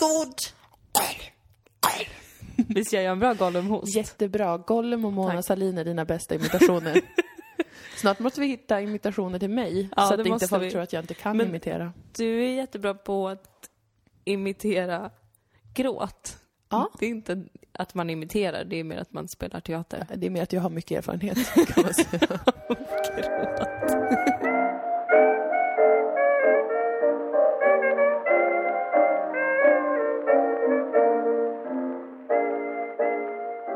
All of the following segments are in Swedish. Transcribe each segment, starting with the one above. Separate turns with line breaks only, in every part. god!
Visst gör jag en bra Gollum-host?
Jättebra. Gollum och Mona Sahlin är dina bästa imitationer. Snart måste vi hitta imitationer till mig
Ja,
så
det
att inte
måste
folk
vi.
tror att jag inte kan
Men-
imitera.
Du är jättebra på att imitera gråt.
Ja.
Det är inte att man imiterar, det är mer att man spelar teater.
Det är mer att jag har mycket erfarenhet kan man säga.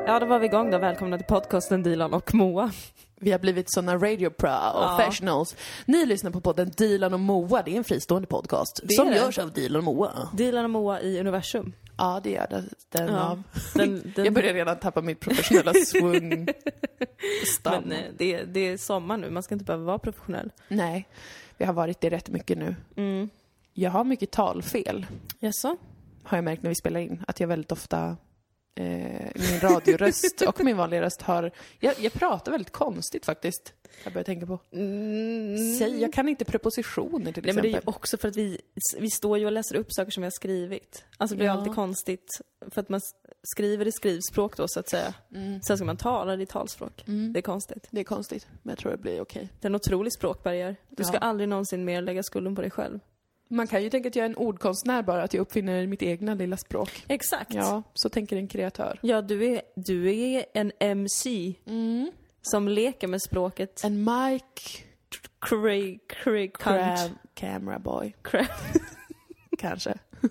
Ja, då var vi igång då. Välkomna till podcasten Dilan och Moa.
Vi har blivit sådana radio professionals. Ni lyssnar på podden Dilan och Moa, det är en fristående podcast
Det är
som
det.
görs av Dilan och Moa.
Dilan och Moa i universum.
Ja, det gör den av.
Den, den,
Jag börjar redan tappa mitt professionella swung. Stam.
men eh, det, är- det är sommar nu, man ska inte behöva vara professionell.
Nej, vi har varit det rätt mycket nu.
Mm.
Jag har mycket talfel,
Jaså?
har jag märkt när vi spelar in. Att jag väldigt ofta, eh, min radioröst och min vanliga röst har... Jag, jag pratar väldigt konstigt faktiskt. Jag börjar tänka på.
Mm.
Säg, jag kan inte prepositioner till
Nej, men
exempel.
det är ju också för att vi, vi står ju och läser upp saker som vi har skrivit. Alltså det blir
Ja.
alltid konstigt, för att man s- skriver i skrivspråk då så att säga. Sen ska man tala det i talspråk. Det är konstigt.
Mm. det är konstigt, men jag tror det blir okej.
Det är en otrolig språkbarriär. Du ska
Ja.
aldrig någonsin mer lägga skulden på dig själv.
Man kan ju tänka att jag är en ordkonstnär bara, att jag uppfinner mitt egna lilla språk.
Exakt. Ja,
Ja, så tänker en kreatör.
du, är, du är en MC som leker med språket.
Mm. En mic
Cray, cray,
crab
cunt.
camera boy,
Crab.
kanske.
En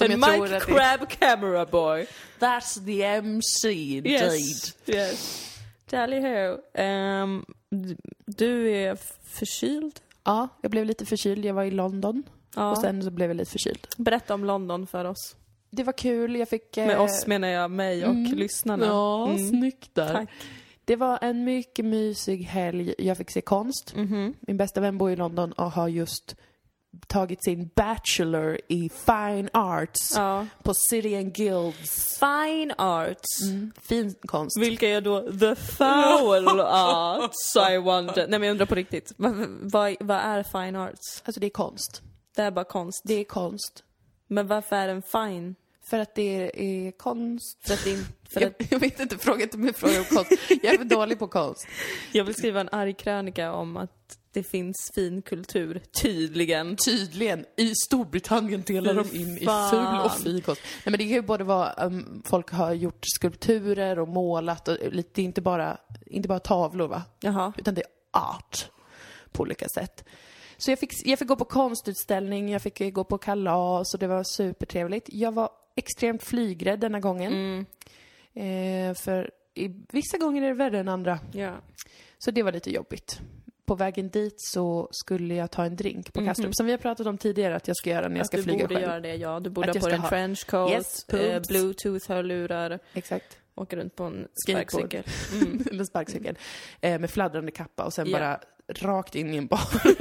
jag tror
Mike
att det-
Crab camera boy.
That's the MC indeed.
Yes. yes. Tally ho. Ehm, d- du är f- förkyld.
Ja, jag blev lite förkyld. Jag var i London
Ja.
och sen så blev jag lite förkyld.
Berätta om London för oss.
Det var kul. Jag fick... eh,
Med oss menar jag mig och
mm.
lyssnarna.
Ja,
Mm.
snyggt där.
Tack.
Det var en mycket mysig helg. Jag fick se konst.
Mhm.
Min bästa vän bor i London och har just tagit sin bachelor i fine arts
Ja.
på Syrian Guilds.
Fine arts.
Mm. Fin konst.
Vilka är då the foul arts I wonder? Nej men jag undrar på riktigt. Vad, vad, vad är fine arts?
Alltså det är konst.
Det är bara konst.
Det är konst.
Men varför är den fine?
För att det är konst.
För att det, in- för
Jag,
att
jag vet inte, fråga inte mig fråga om konst. Jag är för dålig på konst.
jag vill skriva en arg krönika om att det finns fin kultur, tydligen.
Tydligen, i Storbritannien delar
Fy
de in i
fan.
ful och fin konst. Nej men det kan ju både vara, um, folk har gjort skulpturer och målat och lite, det är inte bara, inte bara tavlor va?
Jaha.
Utan det är art på olika sätt. Så jag fick, jag fick gå på konstutställning, jag fick eh, gå på kalas och det var supertrevligt. Jag var extremt flygrädd denna gången. Eh, för i, vissa gånger är det värre än andra.
Ja.
Så det var lite jobbigt. På vägen dit så skulle jag ta en drink på Kastrup, som vi har pratat om tidigare att jag ska göra när jag
Mhm. Att
ska
du
flyga
borde
själv.
göra det, ja. Du borde
Att
ha
jag
på
ska
dig en
ha-
trenchcoat,
Yes,
eh,
pumps.
bluetooth-hörlurar,
Exakt.
åka runt på en
Skateboard.
sparkcykel. Mm.
Eller sparkcykeln. Eh, med fladdrande kappa och sen
Ja.
bara rakt in i en bar.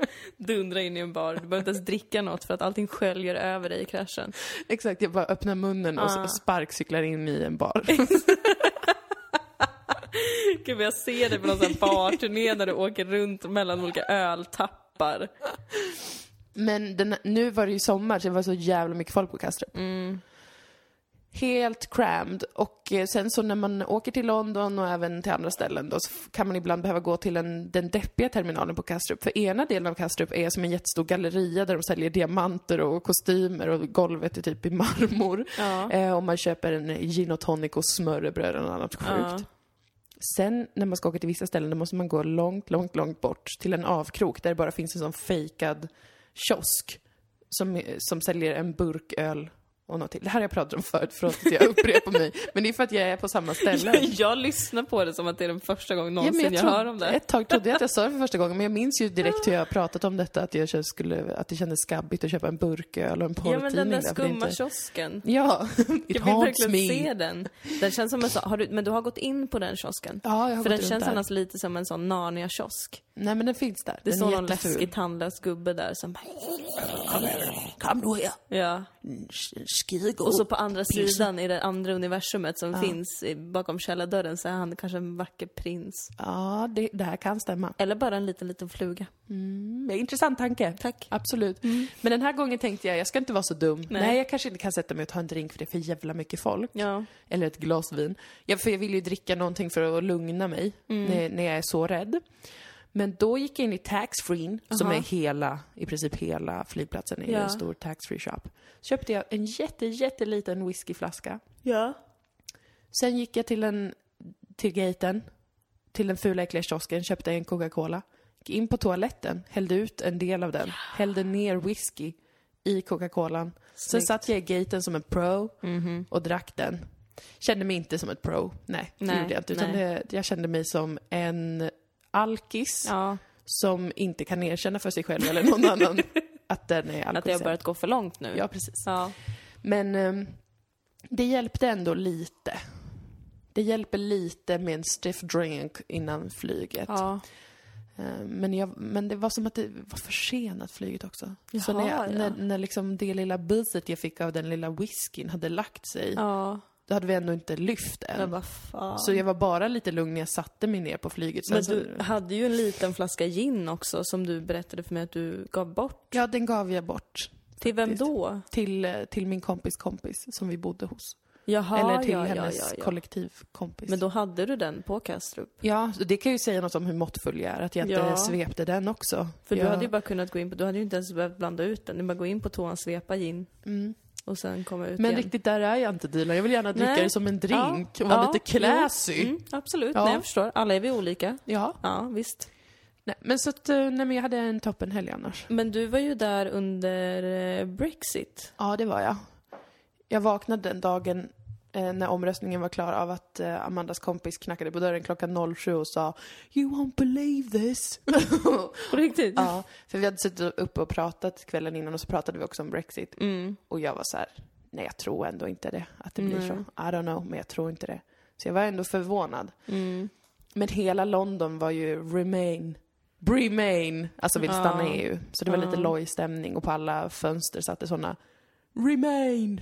Dundra in i en bar. Du behöver inte ens dricka något för att allting sköljer över dig i kraschen.
Exakt, jag bara öppnar munnen och
Ah.
s- sparkcyklar in i en bar.
Gud, men jag ser dig på någon sån här barturné när du åker runt mellan olika öltappar.
Men den, nu var det ju sommar så det var så jävla mycket folk på Kastrup.
Mm.
Helt crammed. Och eh, sen så när man åker till London och även till andra ställen då så f- kan man ibland behöva gå till en, den deppiga terminalen på Kastrup. För ena delen av Kastrup är som en jättestor galleria där de säljer diamanter och kostymer och golvet är typ i marmor.
Ja.
Eh, och man köper en gin och tonic och smörrebröd och något annat
Ja.
sjukt. Sen när man ska åka till vissa ställen då måste man gå långt, långt, långt bort till en avkrok där det bara finns en sån fejkad kiosk som, som säljer en burk öl och något till. Det här har jag pratat om förut, förlåt att jag upprepar mig. Men det är för att jag är på samma ställe.
Jag lyssnar på det som att det är den första gången någonsin jag,
trodde-
hör om det.
Ett tag trodde jag att jag sa det för första gången, men jag minns ju direkt hur jag har pratat om detta, att, jag kände- skulle, att det kändes skabbigt att köpa en burköl och en
Ja
porrtidning.
men den där
därför det
skumma
inte...
kiosken.
Ja, it
Jag vill
haunts
verkligen
me.
se den. Den känns som en sån, har du, men du har gått in på den kiosken?
Ja,
För
jag har gått
den
runt
känns
där.
annars lite som en sån Narnia-kiosk.
Nej men den finns där.
Det
den
står
är
någon
jätteful.
läskig tandlös gubbe där som bara,
Kom här, kom nu här.
ja.
Skidegod.
Och så på andra sidan i det andra universumet som finns i, bakom källardörren så är han kanske en vacker prins.
Ja, det, det här kan stämma.
Eller bara en liten, liten fluga.
Mm, intressant tanke.
Tack.
Absolut. Men den här gången tänkte jag, jag ska inte vara så dum. Nej,
Nej.
jag kanske inte kan sätta mig och ta en drink för det är för jävla mycket folk.
Ja.
Eller ett glas vin. Jag, för jag vill ju dricka någonting för att lugna mig när, när jag är så rädd. Men då gick jag in i taxfreen, som är hela, i princip hela flygplatsen, är
Ja.
en stor taxfree shop. Köpte jag en jätte, jätteliten whiskyflaska.
Ja.
Sen gick jag till en, till gaten, till den fula äckliga kiosken, köpte en Coca-Cola. Gick in på toaletten, hällde ut en del av den, hällde ner whisky i Coca-Colan. Sen
Snyggt.
satt jag i gaten som en pro och drack den. Kände mig inte som ett pro, nej, det
Nej,
gjorde jag inte. Utan
nej.
det, jag kände mig som en alkis
ja.
som inte kan erkänna för sig själv eller någon annan att den
Att
är
det har
alkoholist.
börjat gå för långt nu.
Ja, precis.
Ja.
Men ehm, det hjälpte ändå lite. Det hjälper lite med en stiff drink innan flyget.
ja.
Ehm, men, jag, men det var som att det var försenat flyget också. så
Jaha,
när, jag,
ja.
när, när liksom det lilla buset jag fick av den lilla whiskyn hade lagt sig,
Ja.
då hade vi ändå inte lyft än.
Jag bara, fan.
Så jag var bara lite lugn när jag satte mig ner på flyget. Sen
Men
så,
du hade ju en liten flaska gin också som du berättade för mig att du gav bort.
Ja, den gav jag bort
Till vem
Faktiskt.
då?
till, eh, till min kompis kompis som vi bodde hos.
Jaha,
Eller till
ja,
hennes
ja, ja, ja.
kollektivkompis.
Men då hade du den på Kastrup?
Ja, så det kan ju säga något om hur måttfull jag är, att jag inte
Ja.
svepte den också.
För
jag...
du hade ju bara kunnat gå in på, du hade ju inte ens behövt blanda ut den. Du bara gå in på toan, svepa gin
Mm.
och sen komma ut
Men
igen.
riktigt där är jag inte Dilan, jag vill gärna dricka
Nej.
det som en drink
Ja.
och vara
Ja.
lite classy.
Jo. Mm, absolut,
Ja.
nej jag förstår. Alla är vi olika.
Ja.
Ja, visst.
Nej, men så att, eh, nej men jag hade en toppenhelg annars.
Men du var ju där under eh, Brexit.
Ja, det var jag. Jag vaknade den dagen eh, när omröstningen var klar av att eh, Amandas kompis knackade på dörren klockan 07 och sa “You won't believe this”.
På riktigt? Ja.
ja, för vi hade suttit uppe och pratat kvällen innan och så pratade vi också om Brexit.
Mm.
Och jag var så här, nej jag tror ändå inte det, att det blir
Nej.
så. I don't know, men jag tror inte det. Så jag var ändå förvånad.
Mm.
Men hela London var ju remain, remain, alltså vill stanna i EU. Så det var lite loj stämning och på alla fönster satt det sådana remain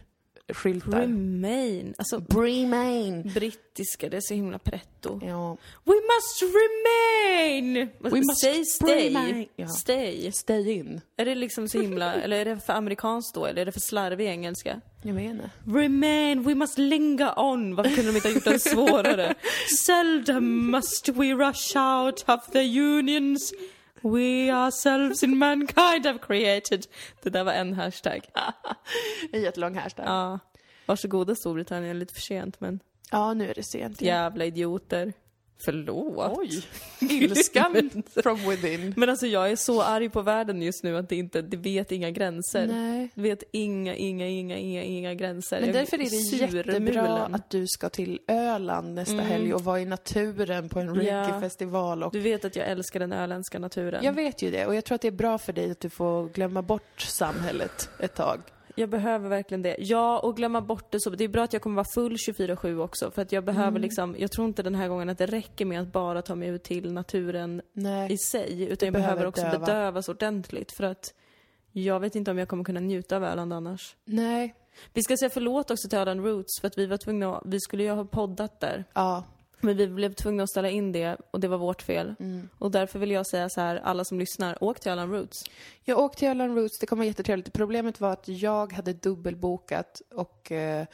skyltar.
Remain. Alltså,
remain.
brittiska, det är så himla pretto.
Ja.
We must remain!
We must
Say stay.
remain. Ja.
Stay.
Stay in.
Är det liksom så himla, eller är det för amerikanskt då, eller är det för slarvig engelska?
Jag menar.
Remain, we must linger on. Varför kunde de inte ha gjort den svårare? Seldom must we rush out of the unions we ourselves in mankind have created. Det där var en hashtag.
I ett lång hashtag. Ja.
Ja. Varsågoda Storbritannien, lite för sent men
nu är det sent. igen.
jävla idioter. Förlåt.
Oj. Ilskan from within.
Men alltså jag är så arg på världen just nu att det inte, det vet inga gränser.
Nej.
Det vet inga, inga, inga, inga, inga gränser.
Men
Jag
därför är
blir
det
surmulen. Mm.
jättebra att du ska till Öland nästa helg och vara i naturen på en
Ja.
reggaefestival. Och...
Du vet att jag älskar den öländska naturen.
Jag
Jag,
vet ju det och jag tror att det är bra för dig att du får glömma bort samhället ett tag.
behöver verkligen det. Ja, och glömma bort det så. Det är bra att jag kommer vara full 24-7 också. För att jag behöver
Mm.
liksom, jag tror inte den här gången att det räcker med att bara ta mig ut till naturen
Nej.
i sig. Utan jag behöver
behöver
också
döva.
bedövas ordentligt. För att jag vet inte om jag kommer kunna njuta av Öland annars.
Nej.
Vi ska säga förlåt också till Öland Roots för att vi var tvungna, att- vi skulle ju ha poddat där.
Ja.
Men vi blev tvungna att ställa in det och det var vårt fel.
mm.
Och därför vill jag säga så här, alla som lyssnar, åk till Öland Roots.
Jag åkte till Öland Roots, det kommer vara jättetrevligt. Problemet var att jag hade dubbelbokat och eh,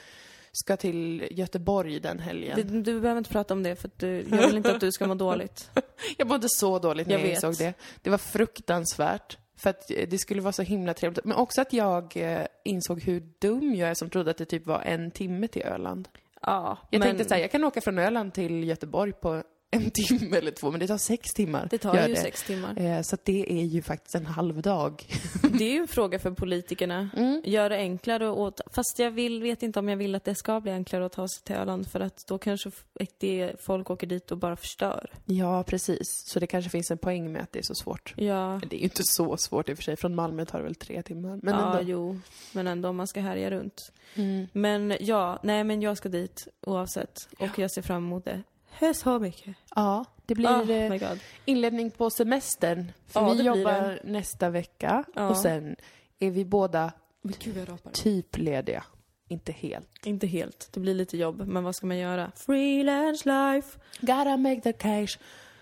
ska till Göteborg den helgen.
Det, du behöver inte prata om det för att du, jag vill inte att du ska må dåligt.
Jag mådde så dåligt när jag,
Jag vet.
insåg det. Det var fruktansvärt. För att eh, det skulle vara så himla trevligt. Men också att jag eh, insåg hur dum jag är som trodde att det typ var en timme till Öland.
Ja,
Jag
men
tänkte så här, jag kan åka från Öland till Göteborg på en timme eller två, men det tar sex timmar.
det tar
Gör
ju
det.
sex timmar.
Eh, Så att det är ju faktiskt en halv dag.
Det är ju en fråga för politikerna. Gör det enklare åt, fast jag vill, vet inte om jag vill att det ska bli enklare att ta sig till Öland för att då kanske f- det, folk åker dit och bara förstör.
Ja, precis. Så det kanske finns en poäng med att det är så svårt.
Ja,
Det är ju inte så svårt i och för sig. Från Malmö tar det väl tre timmar. Men
ja
ändå.
jo, men ändå om man ska härja runt.
Mm.
Men ja, nej men jag ska dit oavsett och jag ser fram emot det. Hö, Så mycket.
Ja, Det blir
Oh
eh,
my god.
inledning på semestern. För
Ja, det
vi
blir
jobbar nästa vecka
Ja.
och sen är vi båda
Men gud jag rapar.
typ lediga. Inte helt.
Inte helt. Det blir lite jobb, men vad ska man göra? Freelance life.
Gotta make the cash,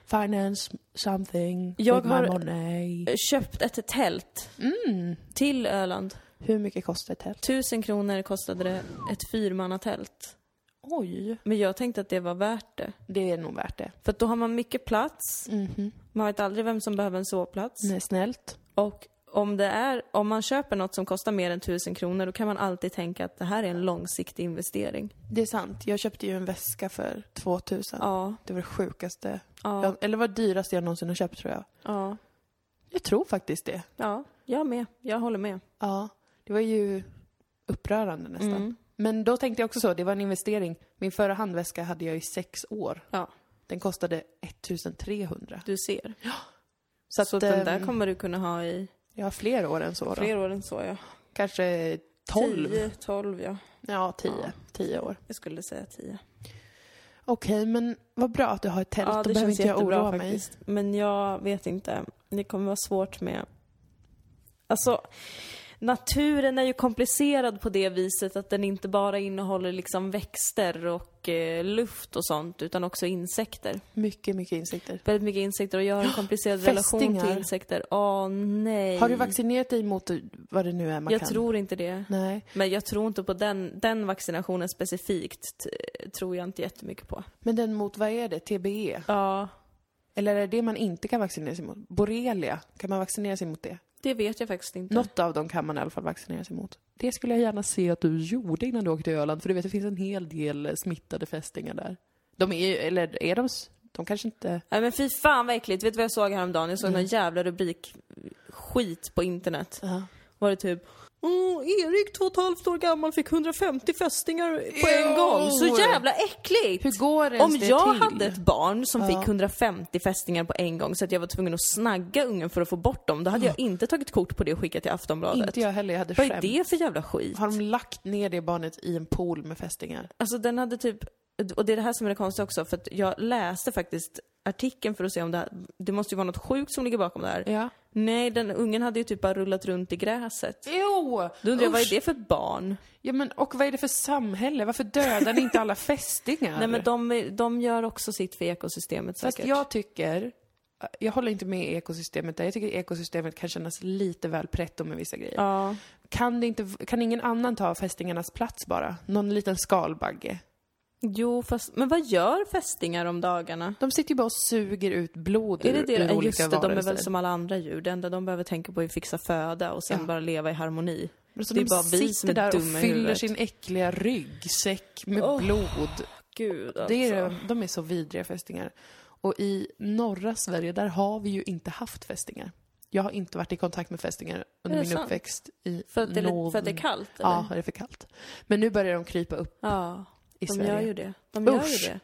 finance something
Jag
with my
har-
money.
Eh, Köpt ett tält
Mm.
till Öland.
Hur mycket kostar ett tält?
Tusen kronor kostade det ett fyrmannatält.
Oj.
Men jag tänkte att det var värt det.
Det är nog värt det.
För att då har man mycket plats, man vet aldrig vem som behöver en sovplats.
Nej, snällt.
Och om, det är, om man köper något som kostar mer än 1000 kronor då kan man alltid tänka att det här är en långsiktig investering.
Det är sant. Jag köpte ju en väska för 2000.
Ja,
Det var det sjukaste.
ja,
Jag, eller var det dyraste jag någonsin har köpt tror jag.
ja,
Jag tror faktiskt det.
ja, jag med. Jag håller med.
Ja. Det var ju upprörande nästan.
Mm.
Men då tänkte jag också så, det var en investering. Min förra handväska hade jag i sex år.
Ja.
Den kostade 1300.
Du ser.
Så, att,
Så den där
ehm,
kommer du kunna ha i
Jag har fler år än så då.
fler år än så ja.
Kanske 12?
10, 12 ja.
Ja, 10.
Ja.
10 år.
Jag skulle säga 10.
Okej, men vad bra att du har ett tält.
Ja,
då
det
behöver
känns
inte jag
jättebra
oroa mig.
faktiskt. Men jag vet inte. Det kommer vara svårt med... Alltså, naturen är ju komplicerad på det viset att den inte bara innehåller liksom växter och eh, luft och sånt utan också insekter.
Mycket, mycket insikter.
Väldigt mycket insekter och jag har en komplicerad relation
fästingar.
till insekter. Åh nej.
Har du vaccinerat dig mot vad det nu är man
Jag
kan?
tror inte det.
Nej.
Men jag tror inte på den, den vaccinationen specifikt. t- Tror jag inte jättemycket på.
Men den mot, vad är det? TBE?
Ja,
Eller är det det man inte kan vaccinera sig mot? Borrelia? Kan man vaccinera sig mot det?
det vet jag faktiskt inte.
Något av dem kan man i alla fall vaccinera sig mot. Typ. Det skulle jag gärna se att du gjorde innan du åkte till Öland, för du vet det finns en hel del eh, smittade fästingar där. De är ju, eller är de, s- de kanske inte...
Nej men fy fan vad äckligt. Vet du vad jag såg häromdagen? Jag såg
Mm.
någon jävla rubrik skit på internet. Var det typ Åh, Erik, två och ett halvt år gammal, fick 150 fästingar på en
Ew.
gång. Så jävla äckligt!
Hur går ens
Om
det
jag
till?
hade ett barn som
Ja.
fick 150 fästingar på en gång så att jag var tvungen att snagga ungen för att få bort dem, då hade jag inte tagit kort på det och skickat till Aftonbladet.
Inte jag heller, jag hade
Vad är
skämt.
det för jävla skit?
Har de lagt ner det barnet i en pool med fästingar?
Alltså den hade typ, och det är det här som är det konstiga också, för att jag läste faktiskt artikeln för att se om det här, det måste ju vara något sjukt som ligger bakom det här.
Ja.
Nej, den ungen hade ju typ bara rullat runt i gräset.
Jo!
Då undrar jag, vad är det för barn?
Ja men och vad är det för samhälle? Varför dödar ni inte alla fästingar?
Nej men de, de gör också sitt för ekosystemet
Fast
säkert.
jag tycker, jag håller inte med ekosystemet där. Jag tycker ekosystemet kan kännas lite väl pretto med vissa grejer.
Ja.
Kan, det inte, kan ingen annan ta fästingarnas plats bara? Någon liten skalbagge?
Jo, fast, men vad gör fästingar om dagarna?
De sitter ju bara och suger ut blod
Är det
ur,
det?
ur
Ja,
olika
Just det, de är
varelser.
väl som alla andra djur. Det enda de behöver tänka på är att fixa föda och sen
Ja.
bara leva i harmoni.
Men så
det är
Alltså, de
bara vi
sitter
som är
där och
dumma i
fyller
huvudet.
sin äckliga ryggsäck med
Åh,
blod.
Gud alltså.
Det är, de är så vidriga fästingar. Och i norra Sverige, där har vi ju inte haft fästingar. Jag har inte varit i kontakt med fästingar under
Är det
min
sant?
uppväxt i
För att det, är lite- för att det är
norr-
kallt? Eller?
Ja, det är för kallt. Men nu börjar de krypa upp
ja.
i
De
Sverige.
gör ju det. De gör
Usch.
ju det.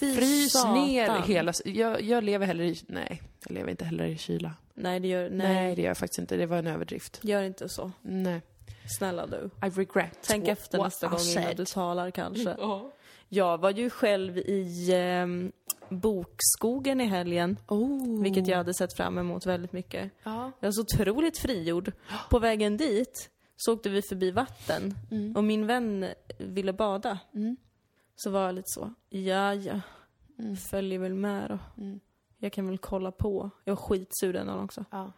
Fy
Frys
satan.
ner hela... Jag, jag lever hellre i... Nej, jag lever inte heller i kyla.
Nej, det gör,
Nej.
nej,
det gör jag faktiskt inte. Det var en överdrift.
gör inte så.
Nej.
Snälla du.
I regret.
Tänk
what-
efter
what
nästa
I
gång innan
said.
du talar kanske.
Ja.
Jag var ju själv i ehm, Bokskogen i helgen,
Oh.
vilket jag hade sett fram emot väldigt mycket.
Ja.
Jag var så otroligt frigjord. På vägen dit så åkte vi förbi vatten och min vän ville bada.
Mm.
Så var jag lite så, ja ja,
Mm.
följer väl med då.
Mm.
Jag kan väl kolla på. Jag var skitsur den dagen också.
ja.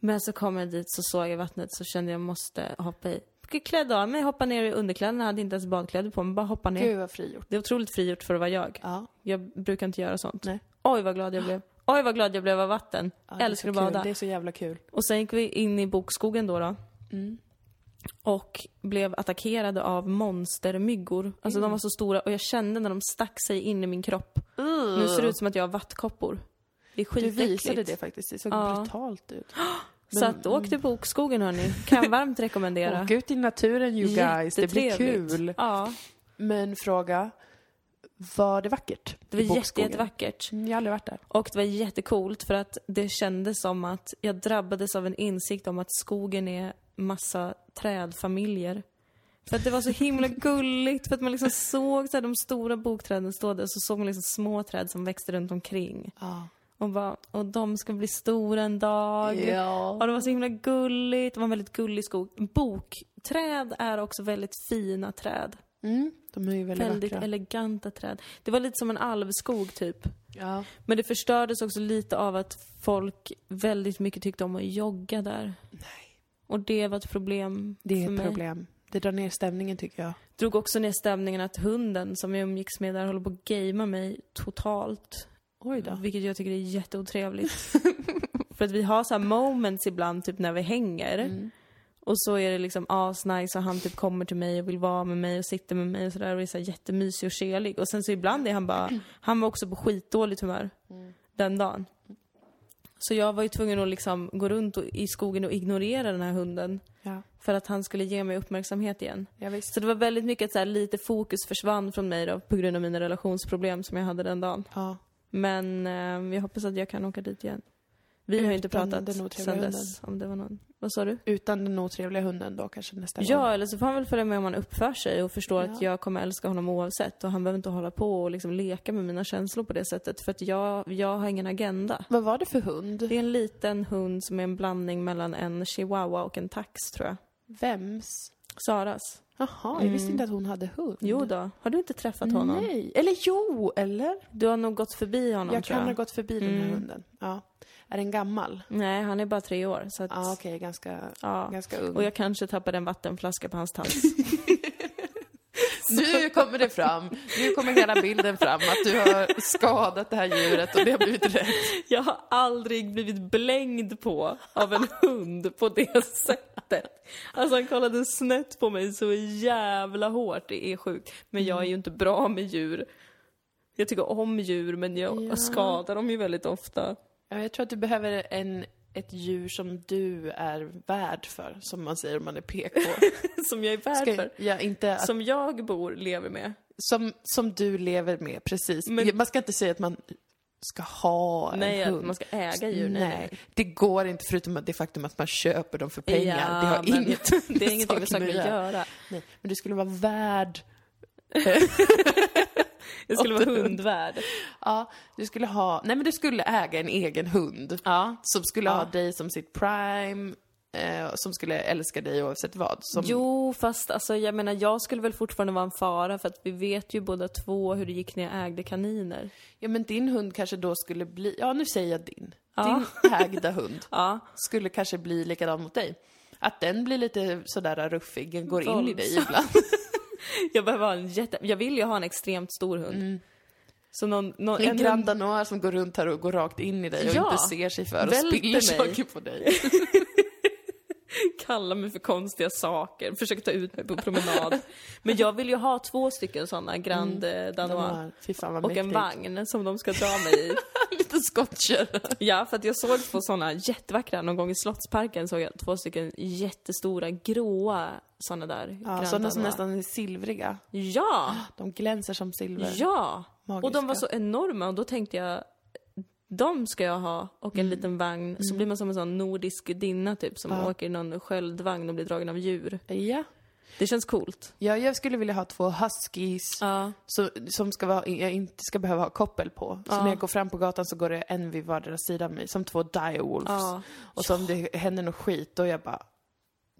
Men så kom jag dit, så såg jag vattnet, så kände jag måste hoppa i. Jag klädde av mig, hoppa ner i underkläderna, jag hade inte ens badkläder på mig, bara hoppa ner.
Gud vad frigjort.
Det är otroligt frigjort för att vara jag.
Ja.
Jag brukar inte göra sånt.
Nej.
Oj vad glad jag blev. Oj vad glad jag blev av vatten.
Ja,
Älskar att
det är så kul.
bada.
Det är så jävla kul.
Och sen gick vi in i bokskogen då, då
Mm.
och blev attackerade av monstermyggor. Alltså
Mm.
de var så stora och jag kände när de stack sig in i min kropp. Nu ser det ut som att jag har vattkoppor. Det är
Du
skitäckligt.
visade det faktiskt. Det såg
Ja.
brutalt ut.
Så att åk till bokskogen hörni. Kan jag varmt rekommendera.
Åk ut i naturen you guys. Det blir
Jättetrevligt.
kul.
Ja,
Men fråga, var det vackert?
det
i
var jätte,
bokskogen?
jättevackert.
Mm, Jag har aldrig varit där.
Och det var jättecoolt för att det kändes som att jag drabbades av en insikt om att skogen är massa trädfamiljer. För att det var så himla gulligt, för att man liksom såg så här, de stora bokträden stå där och så såg man liksom små träd som växte runt omkring.
Ja.
Och, bara, och de ska bli stora en dag. Och det var så himla gulligt. Det var en väldigt gullig skog. Bokträd är också väldigt fina träd.
Mm. De är ju väldigt,
Väldigt
vackra.
eleganta träd. Det var lite som en alvskog typ.
Ja.
Men det förstördes också lite av att folk väldigt mycket tyckte om att jogga där.
Nej.
Och det var ett problem
Det är
för
ett
mig.
problem. Det drar ner stämningen tycker jag.
Drog också ner stämningen att hunden som jag umgicks med där håller på att gamea mig totalt.
Oj
Vilket jag tycker är jätteotrevligt. För att vi har så här moments ibland typ när vi hänger. Och så är det liksom asnice och han typ kommer till mig och vill vara med mig och sitter med mig och sådär och är så här jättemysig och kelig. Och sen så ibland är han bara, han var också på skitdåligt humör den dagen. Så jag var ju tvungen att liksom gå runt och, i skogen och ignorera den här hunden.
Ja.
För att han skulle ge mig uppmärksamhet igen.
Ja, visst.
Så det var väldigt mycket att så här, lite fokus försvann från mig då på grund av mina relationsproblem som jag hade den dagen.
Ja.
Men eh, jag hoppas att jag kan åka dit igen. Vi har ju inte
Utan
pratat
den otrevliga
sen
hunden.
dess om det var någon. Vad sa du?
Utan den otrevliga hunden då kanske nästa gång.
Ja, eller så får han väl följa med om han uppför sig och förstår att
Ja.
jag kommer älska honom oavsett och han behöver inte hålla på och liksom leka med mina känslor på det sättet för att jag, jag har ingen agenda.
Vad var det för hund?
Det är en liten hund som är en blandning mellan en chihuahua och en tax tror jag.
Vems?
Saras.
Jaha, jag visste inte att hon hade hund.
Jo då, har du inte träffat honom?
Mm. Nej. Eller jo, eller?
Du har nog gått förbi honom
jag Mm.
tror
kan
jag.
ha gått förbi den här hunden. Ja. Är den gammal?
Nej, han är bara tre år så att...
Ja, okej, ganska,
ja.
ganska ung.
Och jag kanske tappade en vattenflaska på hans tass.
Nu kommer det fram. Nu kommer hela bilden fram att du har skadat det här djuret och det har blivit rätt.
Jag har aldrig blivit blängd på av en hund på det sättet. Alltså han kollade snett på mig så jävla hårt, det är sjukt. Men jag är
Mm.
ju inte bra med djur. Jag tycker om djur men jag
Ja.
skadar dem ju väldigt ofta.
Ja, jag tror att du behöver en, ett djur som du är värd för, som man säger om man är PK.
Som jag är värd
Ska,
för.
ja, inte att,
Som jag bor, lever med.
som, som du lever med, precis.
Men-
man ska inte säga att man ska ha en
Nej, att
hund.
man ska äga djur. Nej. nej.
det går inte förutom att det faktum att man köper dem för
Ja,
pengar. det har
men
inget
Det är ingenting med saker att göra.
Nej, men du skulle vara värd
Jag skulle vara hundvärd.
Ja, du skulle ha, nej men du skulle äga en egen hund.
Ja.
Som skulle ha dig som sitt prime, eh, som skulle älska dig oavsett vad. Som,
Jo, fast alltså, jag menar jag skulle väl fortfarande vara en fara för att vi vet ju båda två hur det gick när jag ägde kaniner.
Ja men din hund kanske då skulle bli, ja nu säger jag din.
Ja.
Din ägda hund
Ja.
skulle kanske bli likadan mot dig. Att den blir lite sådär ruffig, går in i dig
Våldsam.
ibland.
Jag behöver ha en jätte... Jag vill ju ha en extremt stor hund. Så någon... någon
Mm. En Grand
hund...
Danois som går runt här och går rakt in i dig och
Ja.
inte ser sig för och
Välter
spiller
mig.
saker på dig.
kallar mig för konstiga saker, försöker ta ut mig på promenad. Men jag vill ju ha två stycken sådana Grand mm. Danois.
Danois, Fy fan vad
Och en
mäktigt.
vagn som de ska dra mig i.
Lite skottkärra.
Ja, för att jag såg två sådana jättevackra, någon gång i Slottsparken såg jag två stycken jättestora gråa sådana där.
Ja,
Grand
sådana som
Danois.
nästan är silvriga.
Ja!
De glänser som silver.
Ja! Och de var
Magiska.
så enorma och då tänkte jag de ska jag ha och en liten vagn. Så blir man som en sån nordisk gudinna typ som åker i någon sköldvagn och blir dragen av djur.
Ja.
Det känns coolt.
ja, jag skulle vilja ha två huskies
Ja.
så, som ska vara, jag inte ska behöva ha koppel på. Så när jag går fram på gatan så går det en vid vardera sidan mig, som två direwolves.
Ja.
Och så om det händer något skit, då jag bara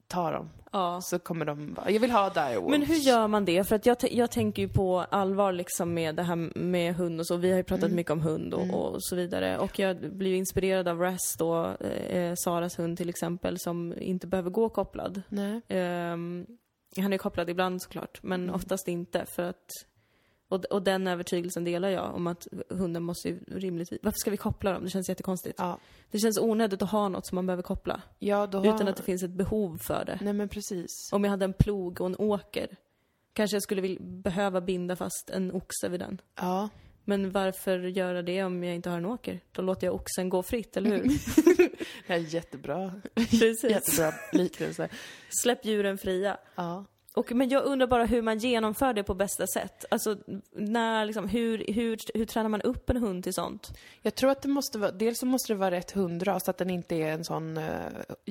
tar dem.
ja.
Så kommer de bara, jag vill ha direwolves.
Men hur gör man det? För att jag, t- jag tänker ju på allvar liksom med det här med hund och så. Vi har ju pratat mycket om hund och, och så vidare. Och jag blir ju inspirerad av Raz då, eh, Saras hund till exempel, som inte behöver gå kopplad.
Nej.
Ehm, han är kopplad ibland såklart, men
Mm.
oftast inte för att och, och den övertygelsen delar jag om att hunden måste ju rimligtvis... Varför ska vi koppla dem? Det känns jättekonstigt.
Ja.
Det känns onödigt att ha något som man behöver koppla.
Ja, Mm. då har...
Utan att det finns ett behov för det.
Nej men precis.
Om jag hade en plog och en åker. Kanske jag skulle vill, behöva binda fast en oxe vid den.
Ja.
Men varför göra det om jag inte har en åker? Då låter jag oxen gå fritt, eller hur?
Det är jättebra.
Precis.
Jättebra liknelse.
Släpp djuren fria.
Ja.
Och, men jag undrar bara hur man genomför det på bästa sätt. Alltså, när, liksom, hur, hur, hur tränar man upp en hund till sånt?
Jag tror att det måste vara, dels så måste det vara rätt hundras, att den inte är en sån eh,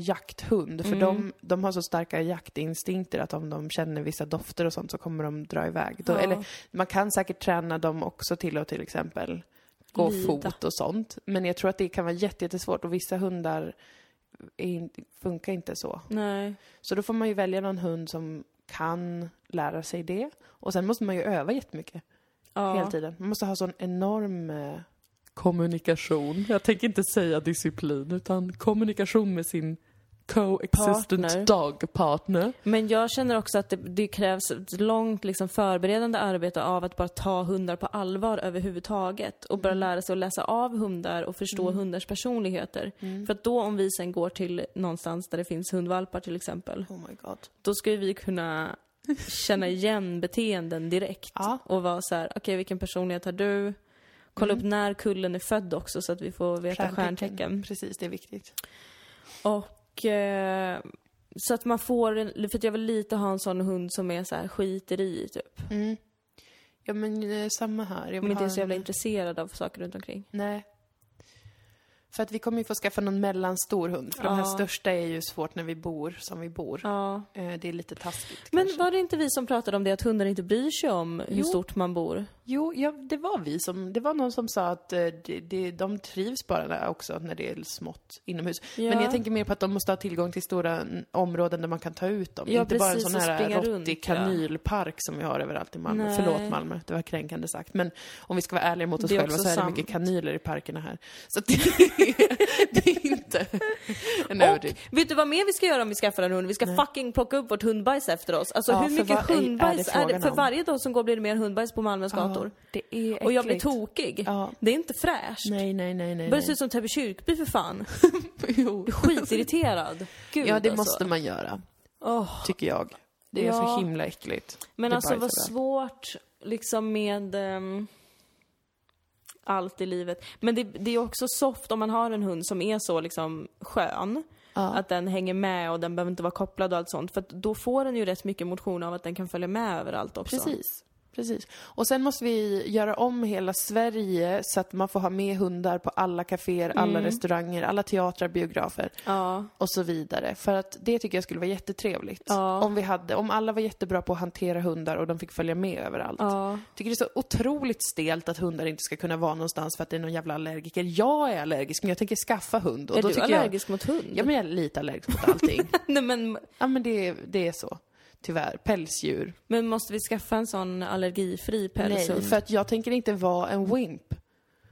jakthund. För de, de har så starka jaktinstinkter att om de känner vissa dofter och sånt så kommer de dra iväg. Då,
Ja.
Eller man kan säkert träna dem också till att till exempel gå
Lyda.
fot och sånt. Men jag tror att det kan vara jätte- jättesvårt och vissa hundar är, in- funkar inte så.
Nej.
Så då får man ju välja någon hund som kan lära sig det. Och sen måste man ju öva jättemycket
Ja.
hela tiden. Man måste ha sån enorm eh, kommunikation. Jag tänker inte säga disciplin, utan kommunikation med sin co-existent
Partner.
dog partner.
Men jag känner också att det, det krävs ett långt liksom, förberedande arbete av att bara ta hundar på allvar överhuvudtaget och bara lära sig att läsa av hundar och förstå hundars personligheter. För att då om vi sen går till någonstans där det finns hundvalpar till exempel,
Oh my god.
då ska ju vi kunna känna igen beteenden direkt
Ja.
och vara så här: okej vilken personlighet har du? Kolla
Mm.
upp när kullen är född också så att vi får veta stjärntecken.
Precis, det är viktigt.
Och eh, så att man får, en, för att jag vill lite ha en sån hund som är så här skiter i typ.
Mm. Ja men eh, samma här. Jag vill
Men inte
ha
är så jävla
en-
intresserad av saker runt omkring.
Nej. För att vi kommer ju få skaffa någon mellanstor hund, för de här
Ja.
största är ju svårt när vi bor som vi bor.
Ja.
Eh, Det är lite taskigt
Men
kanske.
var det inte vi som pratade om det att hundar inte bryr sig om hur
Jo.
stort man bor?
Jo, ja, det var vi som, det var någon som sa att eh, det, det, de trivs bara där också när det är smått inomhus.
Ja.
Men jag tänker mer på att de måste ha tillgång till stora mm, områden där man kan ta ut dem.
Ja,
Inte bara en
precis,
sån
och
här
springa runt,
råttig
ja.
kanylpark som vi har överallt i Malmö.
Nej.
Förlåt Malmö, det var kränkande sagt. Men om vi ska vara ärliga mot oss
Det är
själva
också
så är det
sant.
mycket kanyler i parkerna här. Så att det, är, det är inte en
Och
överdrift.
vet du vad mer vi ska göra om vi skaffar en hund? Vi ska fucking plocka upp vårt hundbajs efter oss. Alltså
Ja,
hur
för
mycket
vad är- är det
hundbajs är det?
frågan
För
om?
varje dag som går blir det mer hundbajs på Malmös gator.
det är äckligt.
Och jag blir tokig.
Ja.
Det är inte fräscht.
Nej, nej, nej, nej.
Börjar se
nej.
ut som Täby kyrkby för fan.
Jo.
Skitirriterad. Gud
Ja, det
alltså.
måste man göra,
Åh.
tycker jag. Det är
Ja.
så himla äckligt.
Men
Det är
alltså
bajs
vad
överallt.
svårt liksom med ehm, allt i livet. Men det, det är också soft om man har en hund som är så liksom skön. Att den hänger med och den behöver inte vara kopplad och allt sånt. För att då får den ju rätt mycket motion av att den kan följa med överallt också.
Precis. Precis. Och sen måste vi göra om hela Sverige så att man får ha med hundar på alla kaféer, alla restauranger, alla teatrar, biografer
Mm. Ja.
och så vidare. För att det tycker jag skulle vara jättetrevligt.
Ja.
Om, vi hade, om alla var jättebra på att hantera hundar och de fick följa med överallt.
Ja.
Tycker det är så otroligt stelt att hundar inte ska kunna vara någonstans för att det är någon jävla allergiker. Jag är allergisk men jag tänker skaffa hund. Och
är
då
du
tycker
allergisk mot hund?
Jag, ja men jag är lite allergisk mot allting.
Nej, men,
ja men det, är- det är så. Tyvärr. Pälsdjur.
men måste vi skaffa en sån allergifri
Nej,
pälshund?
för att jag tänker inte vara en wimp.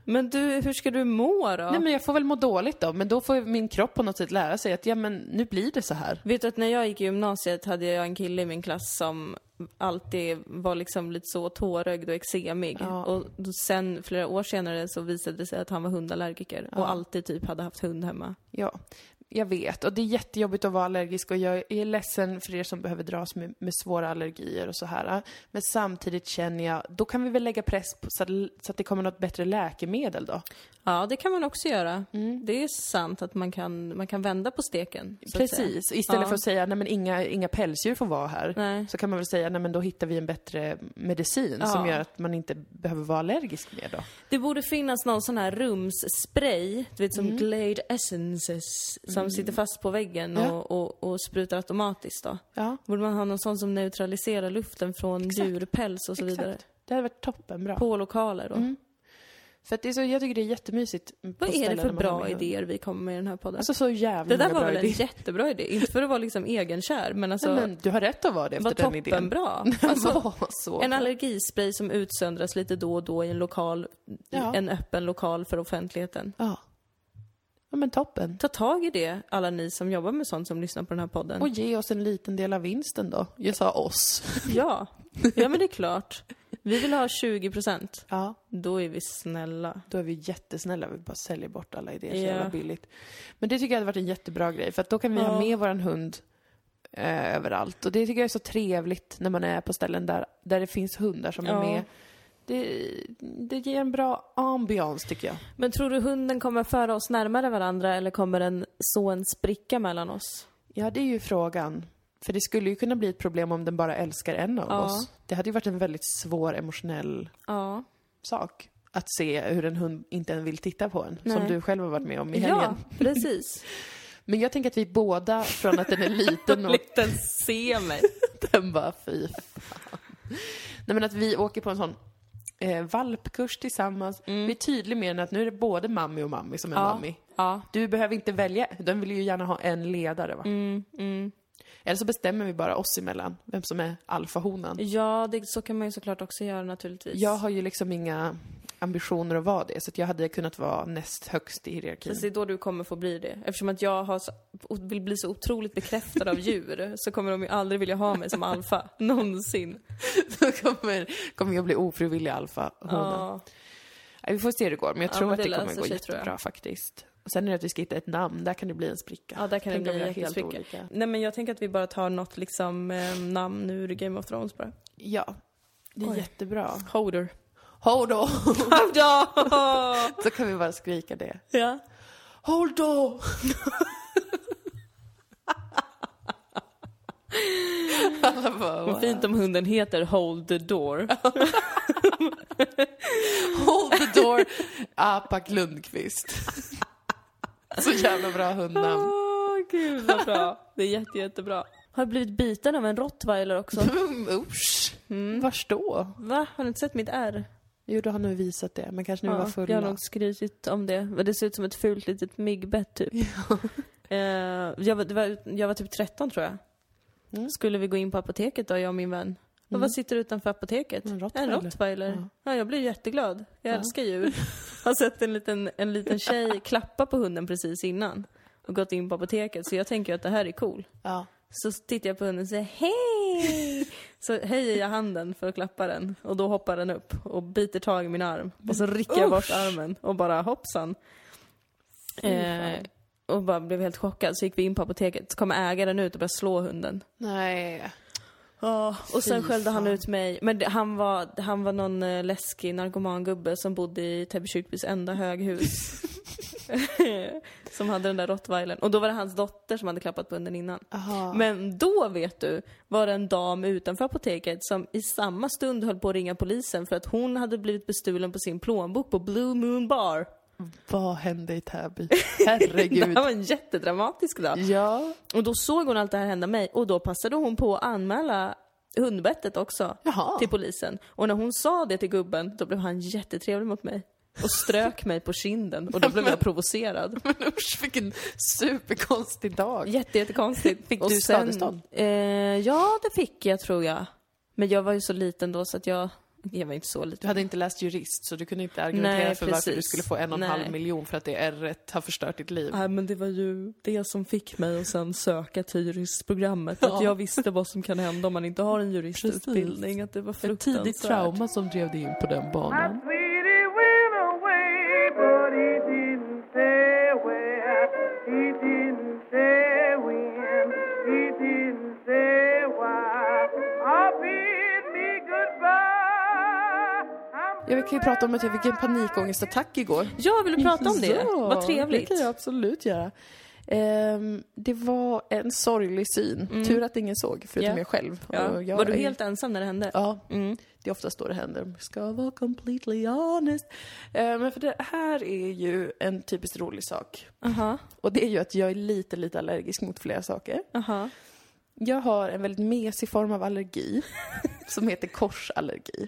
Men du, hur ska du må då?
Nej men jag får väl må dåligt då, men då får min kropp på något sätt lära sig att ja men nu blir det så här.
Vet du att när jag gick i gymnasiet hade jag en kille i min klass som alltid var liksom lite så tårögd och eksemig.
Ja.
Och då sen flera år senare så visade det sig att han var hundallergiker och alltid typ hade haft hund hemma.
Ja, jag vet. Och det är jättejobbigt att vara allergisk och jag är ledsen för er som behöver dras med, med svåra allergier och så här. Men samtidigt känner jag, då kan vi väl lägga press på, så, att, så att det kommer något bättre läkemedel då.
Ja, det kan man också göra. Det är sant att man kan, man kan vända på steken. så att säga.
Precis, istället
Ja.
för att säga nej men inga, inga pälsdjur får vara här.
Nej.
Så kan man väl säga nej men då hittar vi en bättre medicin som
Ja.
gör att man inte behöver vara allergisk mer då.
Det borde finnas någon sån här rumsspray, du vet som Glade Essences, som sitter fast på väggen
Ja.
och, och, och sprutar automatiskt då.
Ja.
Borde man ha någon sån som neutraliserar luften från djurpäls och så vidare?
Exakt. Det hade varit toppenbra.
På lokaler då.
För att det är så, jag tycker det är jättemysigt. på
Mm. Vad är
ställen
det för
där man har
bra
med hund.
idéer vi kommer med i den här podden?
Alltså så
det
jävla
där var
bra
väl en
idé.
jättebra idé? Inte för att vara liksom egenkär, men alltså,
Nej, men du har rätt att vara det
var
efter den idén.
toppenbra.
Alltså,
Alltså,
var så
en
bra.
allergispray som utsöndras lite då och då i en lokal,
Ja.
en öppen lokal för offentligheten.
Ja. ja, men toppen.
Ta tag i det, alla ni som jobbar med sånt som lyssnar på den här podden.
Och ge oss en liten del av vinsten då. Jag sa oss.
Ja. ja, men det är klart. Vi vill ha 20%.
Ja,
Då är vi snälla.
då är vi jättesnälla. Vi bara säljer bort alla idéer så
Ja.
jävla billigt. Men det tycker jag hade varit en jättebra grej för att då kan vi ha
Ja.
med våran hund eh, överallt. Och det tycker jag är så trevligt när man är på ställen där, där det finns hundar som
Ja.
är med. Det, det ger en bra ambiance tycker jag.
Men tror du hunden kommer föra oss närmare varandra eller kommer den så en spricka mellan oss?
Ja, det är ju frågan. För det skulle ju kunna bli ett problem om den bara älskar en av
Ja.
oss. Det hade ju varit en väldigt svår emotionell
Ja.
sak. Att se hur en hund inte än vill titta på en. Som
Nej.
du själv har varit med om i helgen.
ja, precis.
Men jag tänker att vi båda, från att den är liten och
Liten se mig.
den bara fy fan. Nej men att vi åker på en sån eh, valpkurs tillsammans. Vi är tydlig med den att nu är det både mammi och mammi som är mammi.
Ja.
Du behöver inte välja, den vill ju gärna ha en ledare va?
Mm,
Eller så bestämmer vi bara oss emellan, vem som är alfahonan.
Ja, det, så kan man ju såklart också göra naturligtvis.
Jag har ju liksom inga ambitioner att vara det, så att jag hade kunnat vara näst högst i hierarkin.
Fast det är då du kommer få bli det. Eftersom att jag har så, vill bli så otroligt bekräftad av djur så kommer de ju aldrig vilja ha mig som alfa. Någonsin.
Då kommer, kommer jag bli ofrivillig alfahona.
Ja.
Nej, Vi får se hur det går, men jag
Ja,
tror
men
att
det
det kommer
löser
gå
sig, tror jag.
jättebra faktiskt. Och sen är det att vi ska hitta ett namn, där kan det bli en spricka.
ja, där kan det
Tänk om
bli
vi
en
har helt
jättespricka.
olika.
Nej men jag tänker att vi bara tar något liksom eh, namn ur Game of Thrones bara.
Ja, det är
Oj.
jättebra.
Holder.
Hold on!
Holder!
Så kan vi bara skrika det.
ja.
Hold on! Alla bara,
Vad fint om hunden heter Hold the Door.
Hold the door, Apak Lundqvist. Så jävla bra hundnamn.
Åh, gud vad bra. Det är jätte, jättebra. Har blivit biten av en rottweiler också.
Usch!
Mm.
Vars då?
Va? Har du inte sett mitt ärr?
Jo, du har nu visat det, men kanske när vi var fulla.
jag har nog skrytit om det. Men Det ser ut som ett fult litet myggbett typ. Eh, jag, var, det var, jag var typ 13 tror jag.
Mm.
Skulle vi gå in på apoteket då, jag och min vän. Och vad sitter utanför apoteket?
En rottweiler.
En rottweiler.
Mm. Ja.
Ja. jag blir jätteglad. Jag
Ja.
älskar djur. Har sett en liten, en liten tjej klappa på hunden precis innan. Och gått in på apoteket. Så jag tänker att det här är cool.
Ja.
Så tittar jag på hunden och säger hej! Så höjer jag handen för att klappa den och då hoppar den upp och biter tag i min arm. Och så rycker jag bort armen och bara hoppsan. Eh, och bara blev helt chockad. Så gick vi in på apoteket, så kom ägaren ut och började slå hunden.
Nej.
och sen
fy
skällde han
fan.
ut mig. Men det, han, var, han var någon eh, läskig narkomangubbe som bodde i Täby kyrkbys enda höghus. som hade den där rottweilern. Och då var det hans dotter som hade klappat på hunden innan.
Aha.
Men då vet du, var det en dam utanför apoteket som i samma stund höll på att ringa polisen för att hon hade blivit bestulen på sin plånbok på Blue Moon Bar.
Vad hände i Täby?
Det
Herregud.
här var en jättedramatisk dag.
ja.
Och då såg hon allt det här hända mig och då passade hon på att anmäla hundbettet också
Jaha.
till polisen. Och när hon sa det till gubben, då blev han jättetrevlig mot mig. Och strök mig på kinden och då blev jag provocerad.
Men usch, vilken superkonstig dag.
Jätte, jättekonstigt.
Fick
Och
du
sen-
skadestånd?
Eh, ja, det fick jag tror jag. Men jag var ju så liten då så att jag... Jag var inte så
Du
liten.
hade inte läst jurist, så du kunde inte argumentera
Nej,
för varför du
precis.
skulle få en och en
Nej.
halv miljon för att det är rätt har förstört ditt liv.
Nej men det var ju det som fick mig att sen söka till juristprogrammet.
Ja.
Att jag visste vad som kan hända om man inte har en juristutbildning. Att det var
Ett
fruktansvärt.
tidigt trauma som drev dig in på den banan.
Sweetie went away, but he didn't say where. He didn't say when. He didn't say why. Oh, bid me goodbye. I'm
Ja, vi kan ju prata om att jag fick en panikångestattack igår.
Jag ville prata om det.
Ja,
Vad
Det
trevligt.
kan jag absolut göra. Ehm, det var en sorglig syn. Tur att ingen såg, förutom
Mm. Ja.
jag själv.
Ja.
Och jag
var du
är-
helt ensam när det hände?
Ja,
Mm.
det är oftast då det händer. Jag Ska vara completely honest. Ehm, men för det här är ju en typiskt rolig sak.
Aha,
Och det är ju att jag är lite, lite allergisk mot flera saker.
aha.
Jag har en väldigt mesig form av allergi som heter korsallergi.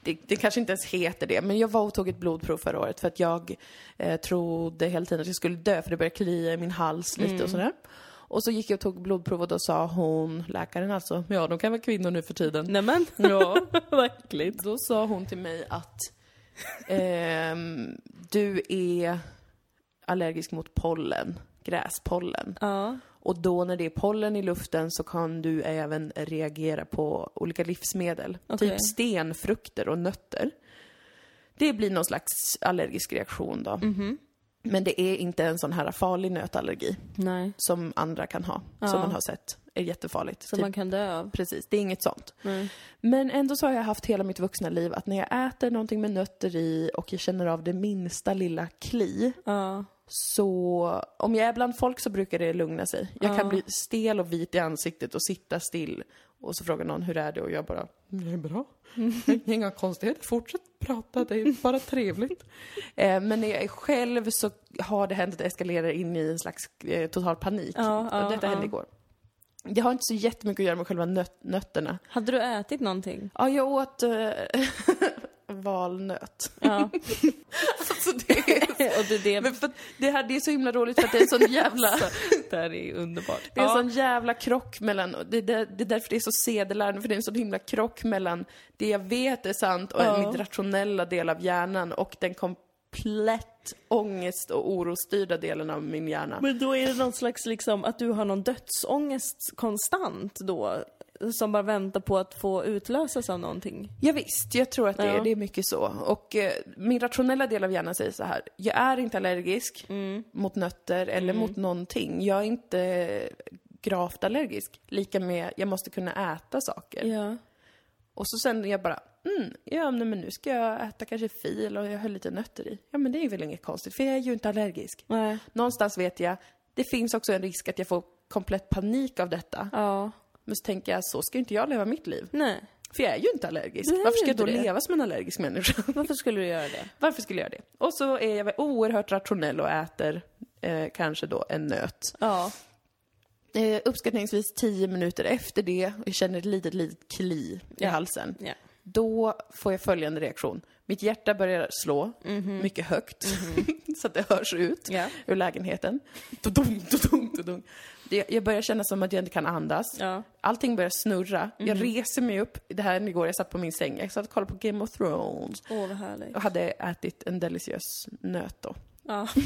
Det, det kanske inte ens heter det, men jag var och tog ett blodprov förra året för att jag eh, trodde hela tiden att jag skulle dö för det började klia i min hals lite och sådär. Och så gick jag och tog blodprov och då sa hon, läkaren alltså, ja de kan vara kvinnor nu för tiden.
Nämen.
Ja,
Vad äckligt.
då sa hon till mig att ehm, du är allergisk mot pollen, gräspollen.
Ja.
Och då när det är pollen i luften så kan du även reagera på olika livsmedel.
Okej.
Typ stenfrukter och nötter. Det blir någon slags allergisk reaktion då.
Mhm.
Men det är inte en sån här farlig nötallergi
Nej.
som andra kan ha. Som man har sett är jättefarligt.
Som
typ.
man kan dö av.
Precis, det är inget sånt.
Nej.
Men ändå så har jag haft hela mitt vuxna liv att när jag äter någonting med nötter i och jag känner av det minsta lilla kli
Ja.
Så om jag är bland folk så brukar det lugna sig. Jag kan bli stel och vit i ansiktet och sitta still. Och så frågar någon hur är det och jag bara, det är bra. Inga konstigheter, fortsätt prata, det är bara trevligt. eh, men när jag är själv så har det hänt att det eskalerar in i en slags eh, total panik.
Ja, ja,
och detta
ja.
hände igår. Jag har inte så jättemycket att göra med själva nöt- nötterna.
Hade du ätit någonting?
Ja, jag åt eh, valnöt.
Ja.
Alltså det är
Och det, det,
Men för, att det här det är så himla roligt för att det är en sån jävla,
det här är underbart.
det är en
Ja.
sån jävla krock mellan, och det, det, det är därför det är så sedelärande, för det är en sån himla krock mellan det jag vet är sant och
Ja.
mitt rationella del av hjärnan och den komplett ångest och orostyrda delen av min hjärna.
Men då är det någon slags liksom att du har någon dödsångest konstant då? Som bara väntar på att få utlösas av någonting?
Ja, visst, jag tror att det,
Ja.
är, det är mycket så. Och eh, min rationella del av hjärnan säger så här, jag är inte allergisk
Mm.
mot nötter eller mot någonting. Jag är inte gravt allergisk, lika med jag måste kunna äta saker.
Ja.
Och så sen jag bara, mm, ja nej, men nu ska jag äta kanske fil och jag har lite nötter i. Ja men det är väl inget konstigt för jag är ju inte allergisk.
Nej.
Någonstans vet jag, det finns också en risk att jag får komplett panik av detta.
Ja.
Men så tänker jag, så ska ju inte jag leva mitt liv.
Nej.
För jag är ju inte allergisk.
Du är
Varför
ju
ska jag då
inte det.
leva som en allergisk människa?
Varför skulle du göra det?
Varför skulle jag göra det? Och så är jag väl oerhört rationell och äter eh, kanske då en nöt.
Ja.
Eh, uppskattningsvis 10 minuter efter det, och jag känner ett litet, litet kli
Ja.
i halsen.
Ja.
Då får jag följande reaktion. Mitt hjärta börjar slå mycket högt så att det hörs ut
Mhm. Ja.
ur lägenheten. Tudum, tudum, tudum. Det, jag börjar känna som att jag inte kan andas.
Ja. Mhm.
Allting börjar snurra. Jag reser mig upp. Det här är igår, jag satt på min säng. Jag satt och kollade på Game of Thrones
Åh, vad härligt.
och hade ätit en deliciös nöt då,
Ja.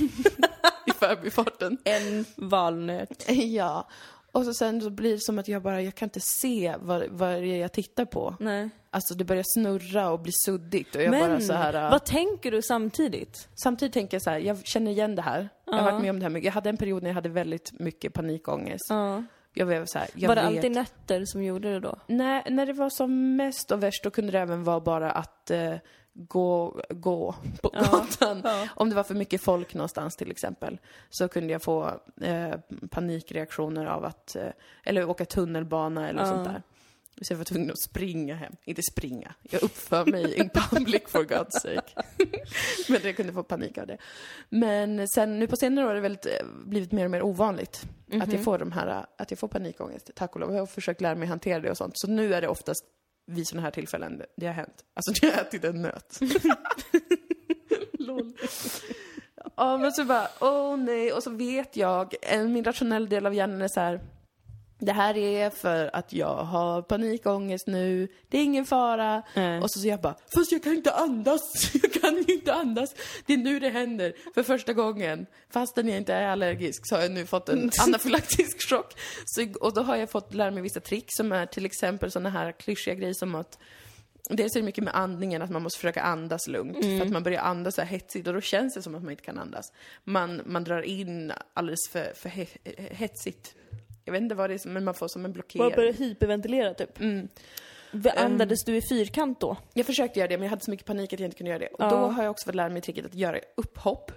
i förbifarten.
En valnöt.
ja. Och så sen så blir det som att jag bara, jag kan inte se vad, vad det är jag tittar på.
Nej.
Alltså det börjar snurra och bli suddigt och jag bara
Men,
så här... äh,
vad tänker du samtidigt?
Samtidigt tänker jag så här, jag känner igen det här. Jag har
Ja.
varit med om det här mycket. Jag hade en period när jag hade väldigt mycket panikångest.
Ja.
Jag blev så här, jag
Var det
vet...
alltid nötter som gjorde det då?
när, när det var som mest och värst då kunde det även vara bara att eh, gå, gå på gatan. Om det var för mycket folk någonstans till exempel. Så kunde jag få eh, panikreaktioner av att, eh, eller åka tunnelbana eller sånt där. Så jag var tvungen att springa hem. Inte springa, jag uppför mig in public for God's sake. Men jag kunde få panik av det. Men sen nu på senare år har det väldigt, eh, blivit mer och mer ovanligt att
Mhm.
jag får de här, eh, att jag får panikångest, tack och lov. Jag har försökt lära mig hantera det och sånt. Så nu är det oftast vid sådana här tillfällen det- det har hänt. Alltså när jag har ätit en nöt. Lol. Ja men så bara, åh oh, nej, och så vet jag, eh, min rationella del av hjärnan är så här. Det här är för att jag har panikångest nu, det är ingen fara.
Nej.
Och så, så jag bara, fast jag kan inte andas, jag kan inte andas. Det är nu det händer, för första gången. Fastän jag inte är allergisk så har jag nu fått en anafylaktisk chock. Så, och då har jag fått lära mig vissa trick som är till exempel sådana här klyschiga grejer som att Dels är det mycket med andningen, att man måste försöka andas lugnt. För att man börjar andas så här hetsigt och då känns det som att man inte kan andas. Man, man drar in alldeles för, för he, he- hetsigt. Jag vet inte vad det är, som- men man får som en blockering.
hyperventilera typ? Mm. Andades du i fyrkant då?
Jag försökte göra det men jag hade så mycket panik att jag inte kunde göra det. Och
Ja.
då har jag också fått lära mig tricket att göra upphopp.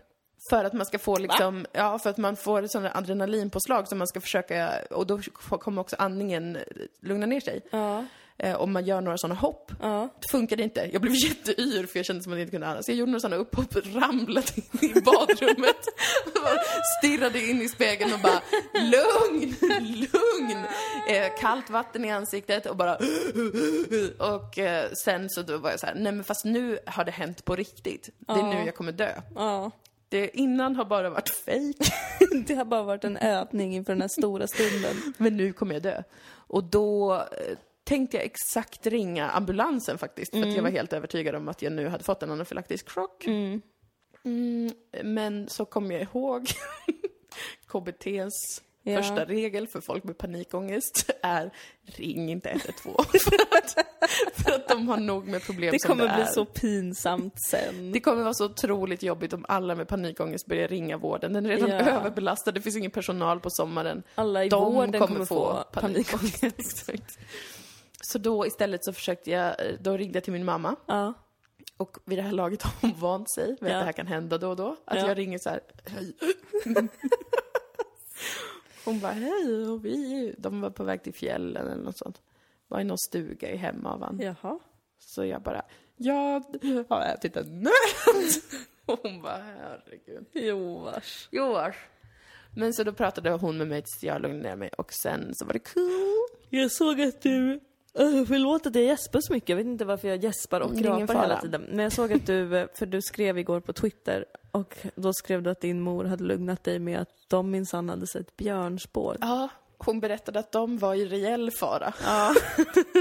För att man ska få liksom, ja för att man får sådana adrenalinpåslag som man ska försöka, och då får- kommer också andningen eh, lugna ner sig.
Ja.
Eh, om man gör några sådana hopp.
Ja.
Det funkade inte. Jag blev jätteyr för jag kände som att jag inte kunde andas. Jag gjorde några sådana upphopp, ramlade in i badrummet. Bara Stirrade in i spegeln och bara lugn, lugn. Eh, kallt vatten i ansiktet och bara Och eh, sen så då var jag så här, nej men fast nu har det hänt på riktigt. Det är nu jag kommer dö.
Ja.
Det innan har bara varit fejk.
Det har bara varit en övning inför den här stora stunden.
men nu kommer jag dö. Och då eh, tänkte jag exakt ringa ambulansen faktiskt, för
Mm.
att jag var helt övertygad om att jag nu hade fått en anafylaktisk chock. Mm, men så kom jag ihåg KBTs
Ja.
första regel för folk med panikångest är ring inte 112 för att, för att de har nog med problem
Det
som det
kommer bli
är.
så pinsamt sen.
Det kommer vara så otroligt jobbigt om alla med panikångest börjar ringa vården. Den är redan
Ja.
överbelastad, det finns ingen personal på sommaren.
Alla i
De
vården kommer få panikångest.
Exakt. Så då istället så försökte jag, då ringde jag till min mamma
Ja.
Och vid det här laget har hon vant sig vid att
Ja.
det här kan hända då och då. Att
Ja.
jag ringer så här, hej. hon bara, hej, och vi, de var på väg till fjällen eller något sånt. Var i någon stuga i Hemavan.
Jaha.
Så jag bara, jag har ätit en nöt. Och hon bara, herregud.
Jo, vars.
Jo, vars. Men så då pratade hon med mig tills jag lugnade ner mig och sen så var det cool.
Jag såg att du... Uh, förlåt att jag gäspar så mycket. Jag vet inte varför jag gäspar och
Det är ingen
rapar hela
fara.
tiden. Men jag såg att du... eh, För du skrev igår på Twitter och då skrev du att din mor hade lugnat dig med att de minsann hade sett björnspår.
Ja, hon berättade att de var i reell fara.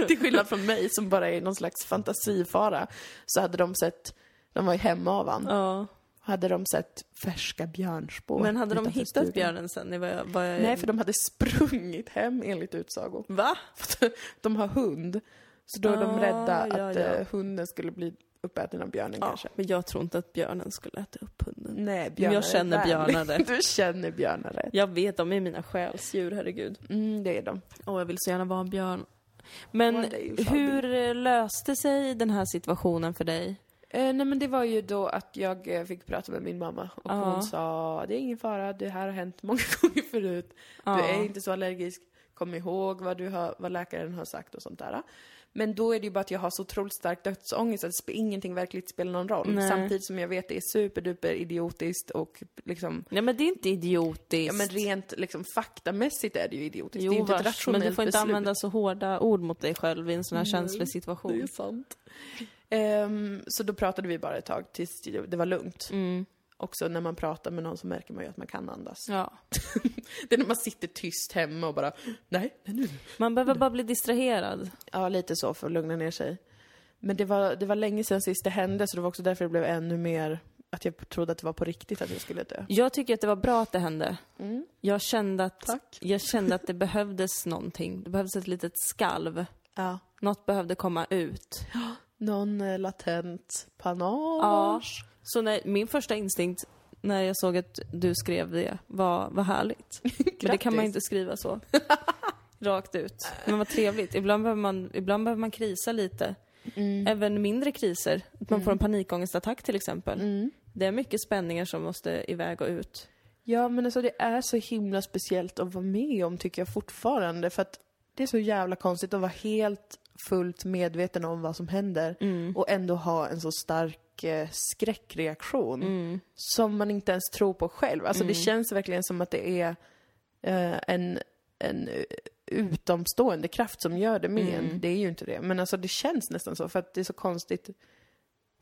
Till skillnad från mig som bara är i någon slags fantasifara så hade de sett, de var i Hemavan,
Ja.
hade de sett färska björnspår.
Men hade de
utanför
hittat
stugan.
björnen sen? Det var, jag- var jag...
Nej, för de hade sprungit hem enligt utsago.
Va?
För att de har hund, så då är de
Ah,
rädda
ja,
att
ja.
eh, hunden skulle bli uppäten av björnen
Ja,
kanske.
men jag tror inte att björnen skulle äta upp hunden.
Nej,
Men
björnar
jag känner björnare.
Du känner björnare.
Jag vet, de är mina själsdjur, herregud.
Mm, det är de.
Åh, jag vill så gärna vara en björn. Men
One day you shall
hur eh, löste sig den här situationen för dig?
Eh, nej men det var ju då att jag eh, fick prata med min mamma och
Ja.
hon sa det är ingen fara, det här har hänt många gånger förut.
Ja.
Du är inte så allergisk, kom ihåg vad, du har, vad läkaren har sagt och sånt där. Men då är det ju bara att jag har så otroligt stark dödsångest att sp- ingenting verkligt spelar någon roll.
Nej.
Samtidigt som jag vet det är superduper idiotiskt och liksom
Nej men det är inte idiotiskt.
Ja men rent liksom faktamässigt är det ju idiotiskt.
Jo,
det är ju inte ett
vars,
rationellt
men du får inte
beslut.
använda så hårda ord mot dig själv i en sån här känslig
Det
situation.
är sant. Ehm, så då pratade vi bara ett tag tills det var lugnt.
Mm.
Också när man pratar med någon så märker man ju att man kan andas.
Ja.
Det är när man sitter tyst hemma och bara, nej, nej nu.
Man behöver bara bli distraherad.
Ja, lite så för att lugna ner sig. Men det var, det var länge sedan sist det hände så det var också därför det blev ännu mer att jag trodde att det var på riktigt att jag skulle dö.
Jag tycker att det var bra att det hände. Jag, kände att,
Tack.
jag kände att det behövdes någonting. Det behövdes ett litet skalv.
Ja.
Något behövde komma ut.
Någon eh, latent panage.
Ja. Så när, min första instinkt när jag såg att du skrev det var, vad härligt. Men det kan man
Grattis.
inte skriva så. Rakt ut. Men vad trevligt. Ibland behöver man, ibland behöver man krisa lite.
Mm.
Även mindre kriser. Att man får en panikångestattack till exempel.
Mm.
Det är mycket spänningar som måste iväg och ut.
Ja, men alltså det är så himla speciellt att vara med om tycker jag fortfarande. För att det är så jävla konstigt att vara helt fullt medveten om vad som händer och ändå ha en så stark eh, skräckreaktion
Mm.
som man inte ens tror på själv. Alltså det känns verkligen som att det är eh, en, en eh, utomstående kraft som gör det med en. Det är ju inte det. Men alltså det känns nästan så för att det är så konstigt.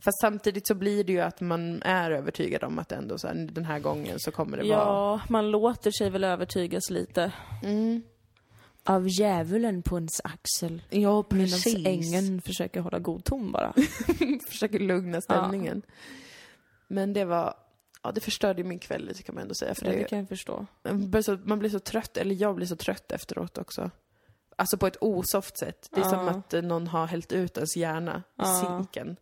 Fast samtidigt så blir det ju att man är övertygad om att ändå så här, den här gången så kommer det vara...
Ja, man låter sig väl övertygas lite.
Mm.
Av djävulen på ens axel.
Ja,
Medan
precis.
ängeln försöker hålla god ton bara.
Försöker lugna stämningen. Men det var... Ja, det förstörde ju min kväll lite kan man ändå säga. För
Ja,
det,
det kan jag förstå.
man blir så- man blir så trött, eller jag blir så trött efteråt också. Alltså på ett osoft sätt. Det är
Ja.
som att eh, någon har hällt ut ens hjärna i
Ja.
sinken.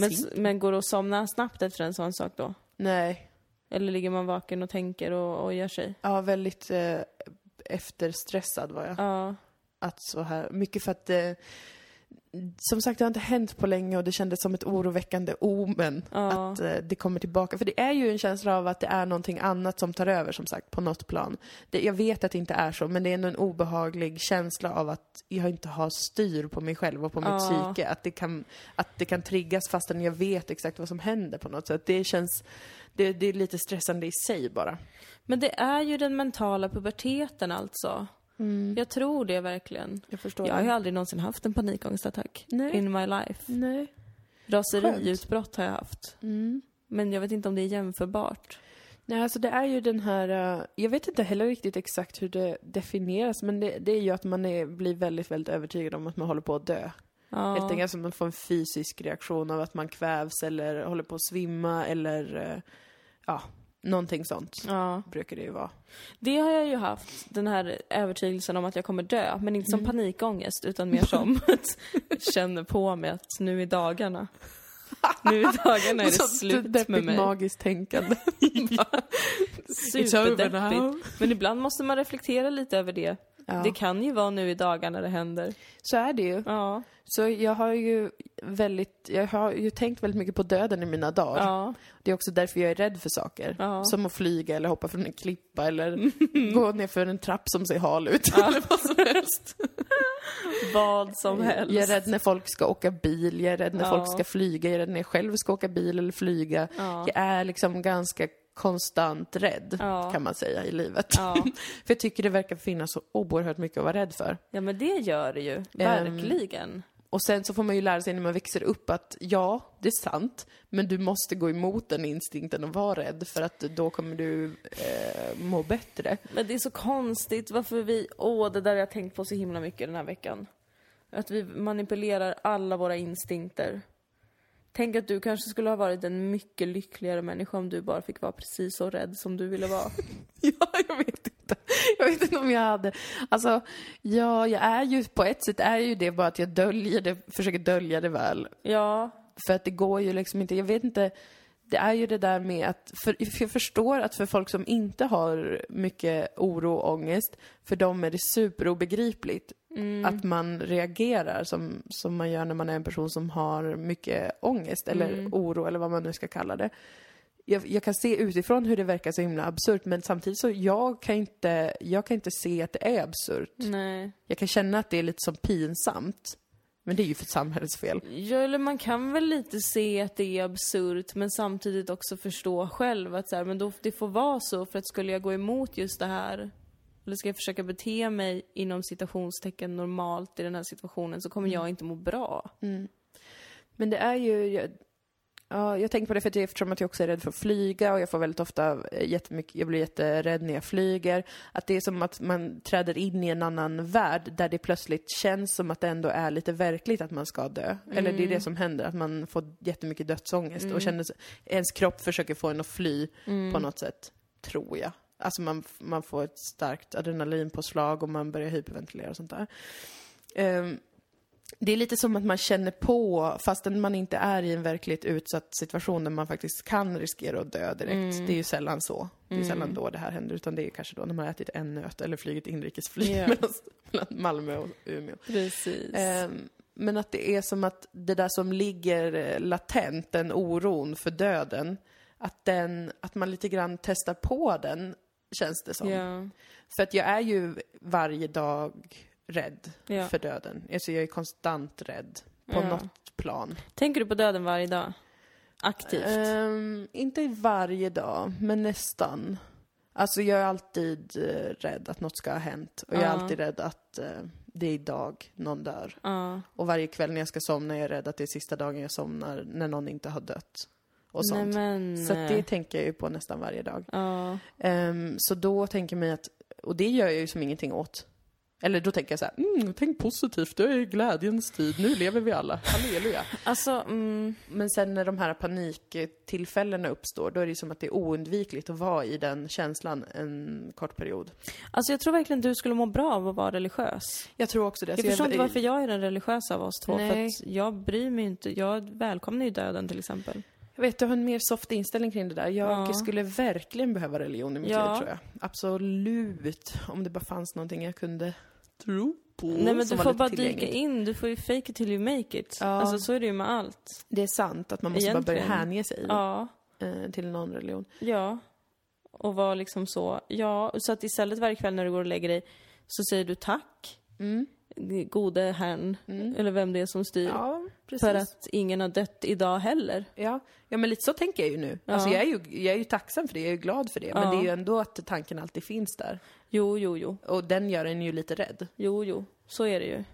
Men,
Sink?
men går det att somna snabbt efter en sån sak då?
Nej.
Eller ligger man vaken och tänker och, och gör sig?
Ja, väldigt eh, efterstressad var jag.
Ja.
att så här, mycket för att eh, som sagt, det har inte hänt på länge och det kändes som ett oroväckande omen
Ja.
att eh, det kommer tillbaka. För det är ju en känsla av att det är någonting annat som tar över, som sagt, på något plan. Det, jag vet att det inte är så, men det är ändå en obehaglig känsla av att jag inte har styr på mig själv och på mitt
Ja.
psyke. Att det, kan, att det kan triggas fastän jag vet exakt vad som händer på något sätt. Det känns, det, det är lite stressande i sig bara.
Men det är ju den mentala puberteten alltså. Jag tror det verkligen.
Jag förstår
Jag har ju aldrig någonsin haft en panikångestattack.
Nej.
In my life.
Nej.
Raseriutbrott har jag haft. Men jag vet inte om det är jämförbart.
Nej, alltså det är ju den här, eh, jag vet inte heller riktigt exakt hur det definieras, men det, det är ju att man är, blir väldigt, väldigt övertygad om att man håller på att dö.
Ja.
Helt enkelt som man får en fysisk reaktion av att man kvävs eller håller på att svimma eller, eh, ja, någonting sånt.
Ja.
Brukar det ju vara.
Det har jag ju haft, den här övertygelsen om att jag kommer dö. Men inte som
Mm.
panikångest, utan mer som att jag känner på mig att nu i dagarna, nu i dagarna är det
Sånt
slut
deppigt
med mig.
magiskt tänkande.
Superdeppigt. Men ibland måste man reflektera lite över det.
Ja.
Det kan ju vara nu i dagarna det händer.
Så är det ju.
Ja.
Så jag har ju väldigt, jag har ju tänkt väldigt mycket på döden i mina dagar.
Ja.
Det är också därför jag är rädd för saker.
Ja.
Som att flyga eller hoppa från en klippa eller gå ner för en trapp som ser hal ut. eller vad som helst.
Vad som helst.
Jag är rädd när folk ska åka bil, jag är rädd när
Ja.
folk ska flyga, jag är rädd när jag själv ska åka bil eller flyga.
Ja.
Jag är liksom ganska konstant rädd,
Ja.
kan man säga, i livet.
Ja.
för jag tycker det verkar finnas så oerhört mycket att vara rädd för.
ja, men det gör det
Ehm.
ju. Verkligen.
Och sen så får man ju lära sig när man växer upp att ja, det är sant, men du måste gå emot den instinkten och vara rädd för att då kommer du eh, må bättre.
Men det är så konstigt varför vi... Åh, det där har jag tänkt på så himla mycket den här veckan. Att vi manipulerar alla våra instinkter. Tänk att du kanske skulle ha varit en mycket lyckligare människa om du bara fick vara precis så rädd som du ville vara.
Ja, jag vet inte. Jag vet inte om jag hade... Alltså, ja, jag är ju... På ett sätt är ju det bara att jag döljer det, försöker dölja det väl.
Ja,
För att det går ju liksom inte... Jag vet inte... Det är ju det där med att... För, för jag förstår att för folk som inte har mycket oro och ångest, för dem är det superobegripligt
Mm.
att man reagerar som, som man gör när man är en person som har mycket ångest eller oro eller vad man nu ska kalla det jag, jag kan se utifrån hur det verkar så himla absurt men samtidigt så jag kan inte, jag kan inte se att det är absurt.
nej.
Jag kan känna att det är lite som pinsamt. Men det är ju för samhällets fel.
Ja, eller man kan väl lite se att det är absurt men samtidigt också förstå själv att så här, men då, det får vara så för att skulle jag gå emot just det här eller ska jag försöka bete mig inom citationstecken normalt i den här situationen så kommer
Mm.
jag inte må bra.
Men det är ju, jag, ja, jag tänker på det för att jag, eftersom att jag också är rädd för att flyga och jag får väldigt ofta eh, jättemycket, jag blir jätterädd när jag flyger. Att det är som att man träder in i en annan värld där det plötsligt känns som att det ändå är lite verkligt att man ska dö. Eller det är det som händer, att man får jättemycket dödsångest och känner, sig- ens kropp försöker få en att fly på
Mm.
något sätt, tror jag. Alltså man, f- man får ett starkt adrenalinpåslag och man börjar hyperventilera och sånt där. Ehm, det är lite som att man känner på, fastän man inte är i en verkligt utsatt situation där man faktiskt kan riskera att dö direkt. Det är ju sällan så. Det är sällan då det här händer, utan det är kanske då när man har ätit en nöt eller flugit inrikesflyg
Ja.
mellan, mellan Malmö och Umeå.
Precis.
Ehm, men att det är som att det där som ligger eh, latent, den oron för döden, att, den, att man lite grann testar på den, känns det som.
ja.
För att jag är ju varje dag rädd
Ja.
för döden. Alltså jag är konstant rädd på
Ja.
något plan.
Tänker du på döden varje dag? Aktivt?
Ehm, inte varje dag, men nästan. Alltså jag är alltid eh, rädd att något ska ha hänt. Och jag är
Ja.
alltid rädd att eh, det är idag någon dör.
ja.
Och varje kväll när jag ska somna är jag rädd att det är sista dagen jag somnar när någon inte har dött. Och
Nej
sånt.
men... eh,
Så att det tänker jag ju på nästan varje dag.
Ja.
Ehm, så då tänker jag mig att, och det gör jag ju som ingenting åt. Eller då tänker jag så här, mm, tänk positivt, det är glädjens tid, nu lever vi alla, halleluja.
Alltså, mm,
Men sen när de här paniktillfällena uppstår, då är det ju som att det är oundvikligt att vara i den känslan en kort period.
alltså jag tror verkligen du skulle må bra av att vara religiös.
Alltså, Jag tror också det.
Jag förstår inte varför jag är den religiösa av oss två, för
Nej.
att jag bryr mig inte. Jag välkomnar ju döden till exempel.
Jag vet, du har en mer soft inställning kring det där. Jag
Ja.
skulle verkligen behöva religion i mitt
Ja.
liv, tror jag. Absolut. Om det bara fanns någonting jag kunde tro på.
Nej men
som
du
var
får
lite
bara
tillgängligt.
dyka in, du får ju fake it till you make it.
Ja.
Alltså så är det ju med allt.
Det är sant att man måste bara börja
Egentligen.
hänge sig
Ja,
eh, till någon religion.
ja. Och vara liksom så, ja, så att istället varje kväll när du går och lägger dig så säger du tack,
Mm.
gode herrn, eller vem det är som styr.
Ja, precis.
för att ingen har dött idag heller.
ja. ja, men lite så tänker jag ju nu. Alltså, jag, är ju, jag är ju tacksam för det, jag är ju glad för det. Men
Ja.
det är ju ändå att tanken alltid finns där.
Jo, jo, jo,
Och den gör en ju lite rädd.
jo, jo, så är det ju.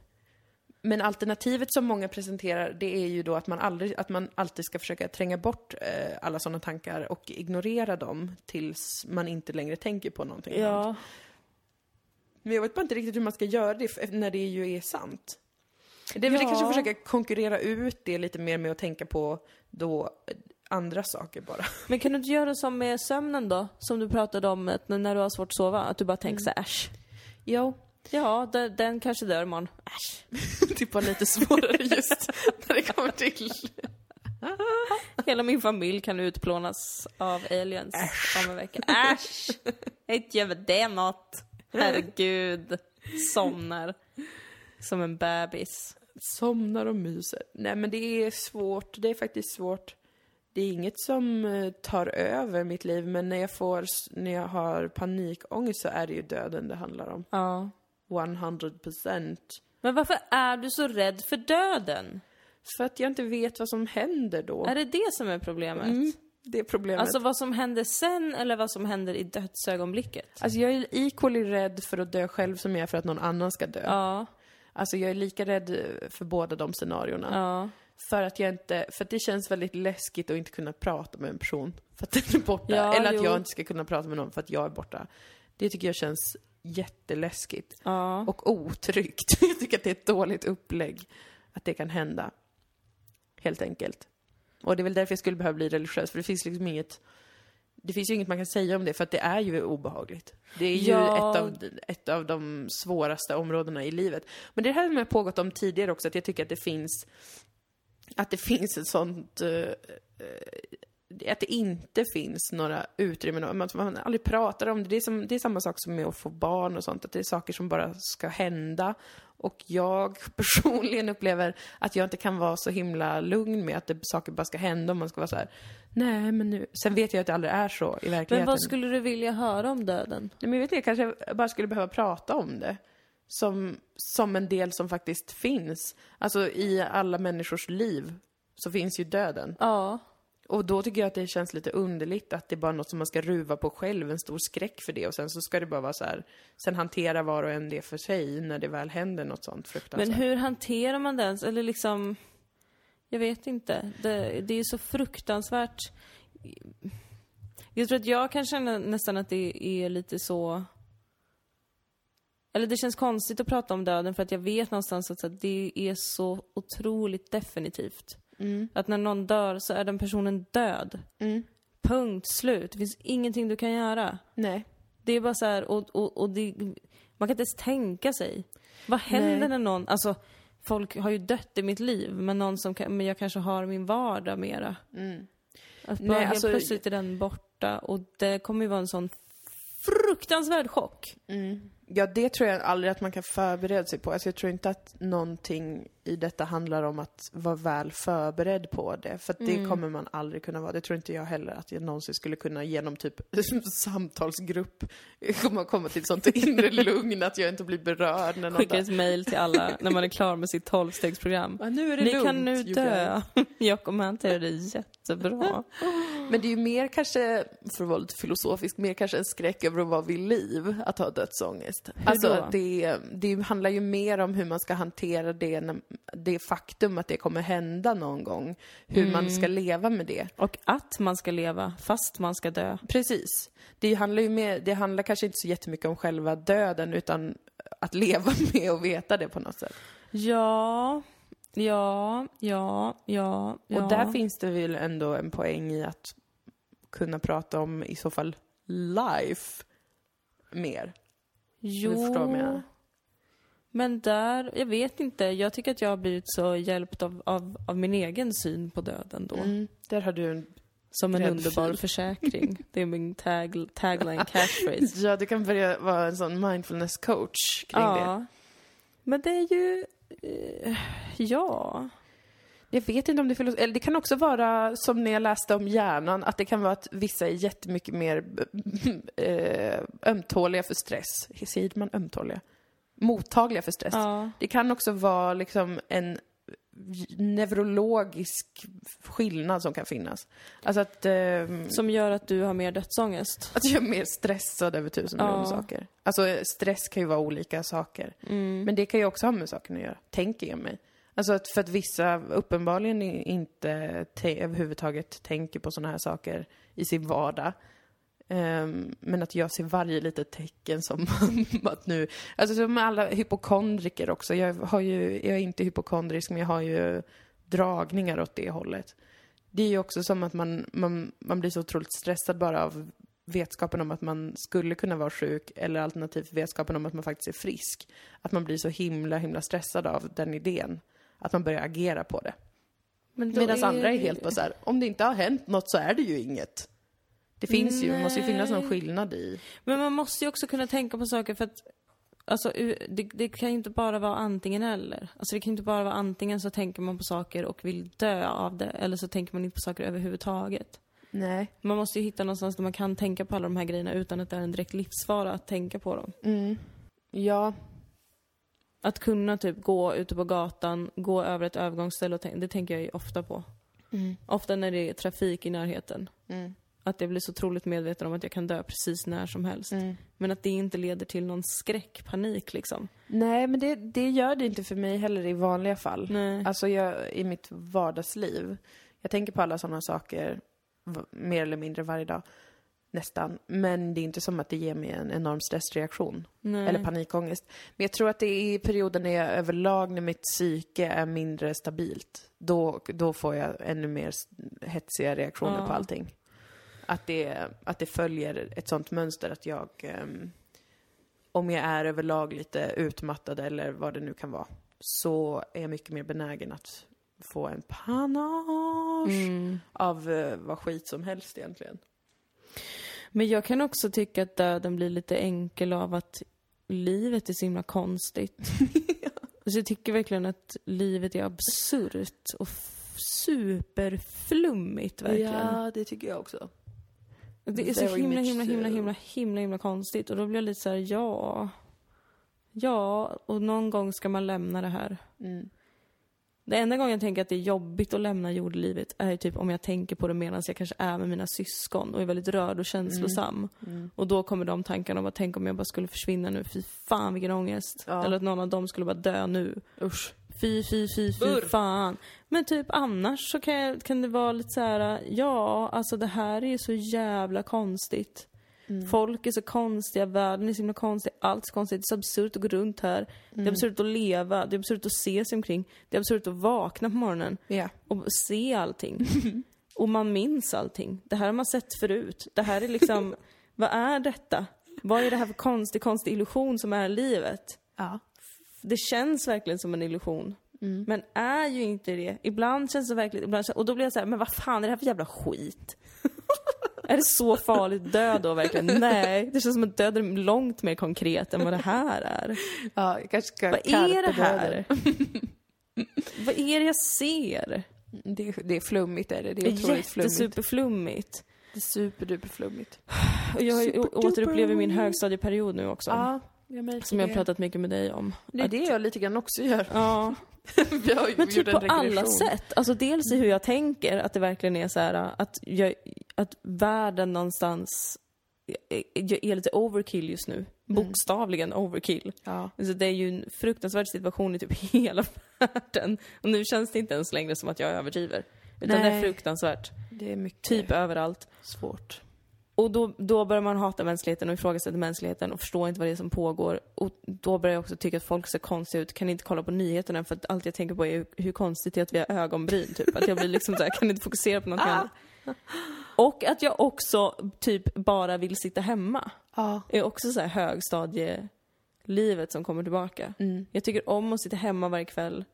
Men alternativet som många presenterar, det är ju då att man, aldrig, att man alltid ska försöka tränga bort eh, alla sådana tankar och ignorera dem tills man inte längre tänker på någonting. annat.
Ja,
Men jag vet bara inte riktigt hur man ska göra det f- när det ju är sant. Det är väl
Ja.
kanske att försöka konkurrera ut det lite mer med att tänka på då eh, andra saker bara.
men kan du inte göra som med sömnen då? Som du pratade om, att när du har svårt att sova, att du bara tänker så här, äsch.
Jo,
Ja, den, den kanske dör imorgon. Äsch.
typ var lite svårare just när det kommer till...
Hela min familj kan utplånas av aliens om en vecka. Äsch! Inte gör väl det något? Herregud. Somnar. Som en bebis.
Somnar och myser. Nej men det är svårt, det är faktiskt svårt. Det är inget som eh, tar över mitt liv men när jag får, s- när jag har panikångest så är det ju döden det handlar om.
Ja.
100%.
Men varför är du så rädd för döden?
För att jag inte vet vad som händer då.
Är det det som är problemet?
Mm, det är problemet.
Alltså
Alltså,
vad som händer sen eller vad som händer i dödsögonblicket?
alltså, jag är equally rädd för att dö själv som jag är för att någon annan ska dö.
Ja,
Alltså jag är lika rädd eh, för båda de scenarierna.
ja.
För att jag inte, för att det känns väldigt läskigt att inte kunna prata med en person för att den är borta.
Ja,
Eller att
jo.
jag inte ska kunna prata med någon för att jag är borta. Det tycker jag känns jätteläskigt.
ja.
Och otryggt. Jag tycker att det är ett dåligt upplägg att det kan hända. Helt enkelt. Och det är väl därför jag skulle behöva bli religiös, för det finns liksom inget det finns ju inget man kan säga om det, för att det är ju obehagligt. Det är ju
Ja.
ett, av, ett av de svåraste områdena i livet. Men det här har jag pågått om tidigare också, att jag tycker att det finns att det finns ett sånt... eh, eh, att det inte finns några utrymmen, och att man aldrig pratar om det. Det är, som, det är samma sak som med att få barn och sånt, att det är saker som bara ska hända. Och jag personligen upplever att jag inte kan vara så himla lugn med att det, saker bara ska hända och man ska vara så här. nej men nu... Sen vet jag att det aldrig är så i verkligheten.
Men vad skulle du vilja höra om döden?
Nej, men jag vet inte, jag kanske bara skulle behöva prata om det. Som, som en del som faktiskt finns. Alltså i alla människors liv så finns ju döden.
Ja.
Och då tycker jag att det känns lite underligt att det är bara något som man ska ruva på själv, en stor skräck för det. Och sen så ska det bara vara så här, sen hantera var och en det för sig när det väl händer något sånt fruktansvärt.
Men hur hanterar man den? Eller liksom... Jag vet inte. Det, det är så fruktansvärt. Jag tror att jag kan känna nästan att det är lite så... Eller det känns konstigt att prata om döden för att jag vet någonstans att så här, det är så otroligt definitivt. Att när någon dör så är den personen död. Punkt slut. Det finns ingenting du kan göra.
Nej.
Det är bara så här, och, och, och det, man kan inte ens tänka sig. Vad händer
Nej.
när någon, alltså folk har ju dött i mitt liv, men någon som kan, men jag kanske har min vardag mera. Att bara
Mm. Nej,
helt
alltså-
plötsligt är den borta och det kommer ju vara en sån fruktansvärd chock.
Ja, det tror jag aldrig att man kan förbereda sig på. Alltså, jag tror inte att någonting i detta handlar om att vara väl förberedd på det. För att
Mm.
det kommer man aldrig kunna vara. Det tror inte jag heller att jag någonsin skulle kunna genom typ samtalsgrupp komma, komma till ett sånt inre lugn att jag inte blir berörd när någon
Skicka ett mejl till alla när man är klar med sitt tolvstegsprogram.
Ja, "Ah, nu är det
Ni
lugnt,
kan nu
you
dö. Jag kommer hantera det jättebra.
Men det är ju mer kanske, för att vara lite filosofisk, mer kanske en skräck över att vara vid liv, att ha dödsångest.
då?
Alltså det, det handlar ju mer om hur man ska hantera det, när- det faktum att det kommer hända någon gång. Hur man ska leva med det.
Och att man ska leva fast man ska dö.
Precis. Det handlar ju mer, det handlar kanske inte så jättemycket om själva döden utan att leva med och veta det på något sätt.
Ja, ja, ja, ja. ja.
Och där finns det väl ändå en poäng i att kunna prata om i så fall life mer.
jo,
du förstår vad jag menar.
Men där, jag vet inte. Jag tycker att jag har blivit så hjälpt av, av, av min egen syn på döden då.
Mm, där har du en...
Som en
Gräddfil.
underbar försäkring. Det är min tag, tagline, catchphrase.
Ja, du kan börja vara en sån mindfulness coach kring det.
Men det är ju... eh, ja.
Jag vet inte om det är filosofi. Eller det kan också vara som när jag läste om hjärnan, att det kan vara att vissa är jättemycket mer eh, ömtåliga för stress. Säger man ömtåliga? Mottagliga för stress.
ja.
Det kan också vara liksom en neurologisk skillnad som kan finnas. Alltså att, ehm,
Som gör att du har mer dödsångest.
att jag är mer stressad över tusen miljoner
Ja.
saker. Alltså eh, stress kan ju vara olika saker.
Mm.
Men det kan ju också ha med saken att göra, tänker jag mig. Alltså att för att vissa uppenbarligen i- inte te- överhuvudtaget tänker på sådana här saker i sin vardag. Ehm, men att jag ser varje litet tecken som att nu... Alltså som alla hypokondriker också. Jag, har ju, jag är inte hypokondrisk men jag har ju dragningar åt det hållet. Det är ju också som att man, man, man blir så otroligt stressad bara av vetskapen om att man skulle kunna vara sjuk eller alternativt vetskapen om att man faktiskt är frisk. Att man blir så himla, himla stressad av den idén. Att man börjar agera på det.
Men då
Medan andra är helt bara så här, om det inte har hänt något så är det ju inget. Det finns ju, måste ju finnas någon skillnad i.
Men man måste ju också kunna tänka på saker för att Alltså, u- det, det kan ju inte bara vara antingen eller. Alltså det kan ju inte bara vara antingen så tänker man på saker och vill dö av det, eller så tänker man inte på saker överhuvudtaget.
Nej.
Man måste ju hitta någonstans där man kan tänka på alla de här grejerna utan att det är en direkt livsfara att tänka på dem.
Mm. Ja.
Att kunna typ gå ute på gatan, gå över ett övergångsställe och tänka, det tänker jag ju ofta på. Ofta när det är trafik i närheten.
Mm.
Att jag blir så otroligt medveten om att jag kan dö precis när som helst.
Mm.
Men att det inte leder till någon skräck, panik liksom.
Nej, men det, det gör det inte för mig heller i vanliga fall.
Nej.
Alltså jag, i mitt vardagsliv. Jag tänker på alla sådana saker v- mer eller mindre varje dag. Nästan. Men det är inte som att det ger mig en enorm stressreaktion.
Nej.
Eller panikångest. Men jag tror att det är i perioden när jag överlag, när mitt psyke är mindre stabilt. Då, då får jag ännu mer s- hetsiga reaktioner
Ja.
på allting. Att det, att det följer ett sånt mönster att jag, ehm, om jag är överlag lite utmattad eller vad det nu kan vara, så är jag mycket mer benägen att få en panage
Mm.
av eh, vad skit som helst egentligen.
Men jag kan också tycka att döden blir lite enkel av att livet är så himla konstigt. Så jag tycker verkligen att livet är absurt och f- superflummigt verkligen.
det tycker jag också.
Det är så
Very
himla,
much
himla, himla,
so.
himla, himla, himla konstigt. Och då blir jag lite så här, ja. Ja, och någon gång ska man lämna det här.
Mm.
Det enda gången jag tänker att det är jobbigt att lämna jordlivet är ju typ om jag tänker på det medan jag kanske är med mina syskon och är väldigt rörd och känslosam. Och då kommer de tankarna om att tänk om jag bara skulle försvinna nu, fy fan vilken ångest.
Ja.
Eller att någon av dem skulle bara dö nu. Usch. Fy, fy, fy, fy
Burr.
fan. Men typ annars så kan, jag, kan det vara lite så här: ja alltså det här är ju så jävla konstigt. Folk är så konstiga, världen är så himla konstig, allt är så konstigt, det är så absurt att gå runt här. Det är absurt att leva, det är absurt att se sig omkring, det är absurt att vakna på morgonen
Ja.
och se allting. och man minns allting. Det här har man sett förut. Det här är liksom, vad är detta? Vad är det här för konstig, konstig illusion som är livet?
ja.
Det känns verkligen som en illusion.
Mm.
Men är ju inte det. Ibland känns det verkligen, ibland känns, och då blir jag så här, men vad fan är det här för jävla skit? är det så farligt att dö då verkligen? Nej, det känns som att döden är långt mer konkret än vad det här är.
Ja, jag kanske ska
Vad är det här? vad är det jag ser?
Det, är- det är flummigt är det. Det
Det
är otroligt
är
flummigt.
jättesuperflummigt.
Det är superduper flummigt.
Och jag har ju å-
Superduper.
återupplever min högstadieperiod nu också.
Ja, jag märker
som jag har
det.
pratat mycket med dig om.
Det är det jag lite grann också gör.
Ja,
Vi har ju
men typ
gjort
på
en
alla
regression.
sätt. Alltså dels i hur jag tänker, att det verkligen är så här att, jag, att världen någonstans är- är är lite overkill just
Mm.
nu. Bokstavligen overkill.
Ja.
Alltså det är ju en fruktansvärd situation i typ hela världen. Och nu känns det inte ens längre som att jag överdriver. Utan det är
Nej.
fruktansvärt.
Det är mycket
Typ överallt.
svårt.
Och då, då börjar man hata mänskligheten och ifrågasätta mänskligheten och förstå inte vad det är som pågår. Och då börjar jag också tycka att folk ser konstiga ut, kan inte kolla på nyheterna för att allt jag tänker på är hur, hur konstigt det är att vi har ögonbryn typ. Att jag blir liksom såhär, kan inte fokusera på någonting annat. Och att jag också typ bara vill sitta hemma.
Ja.
Det är också så här högstadielivet som kommer tillbaka.
Mm.
Jag tycker om att sitta hemma varje kväll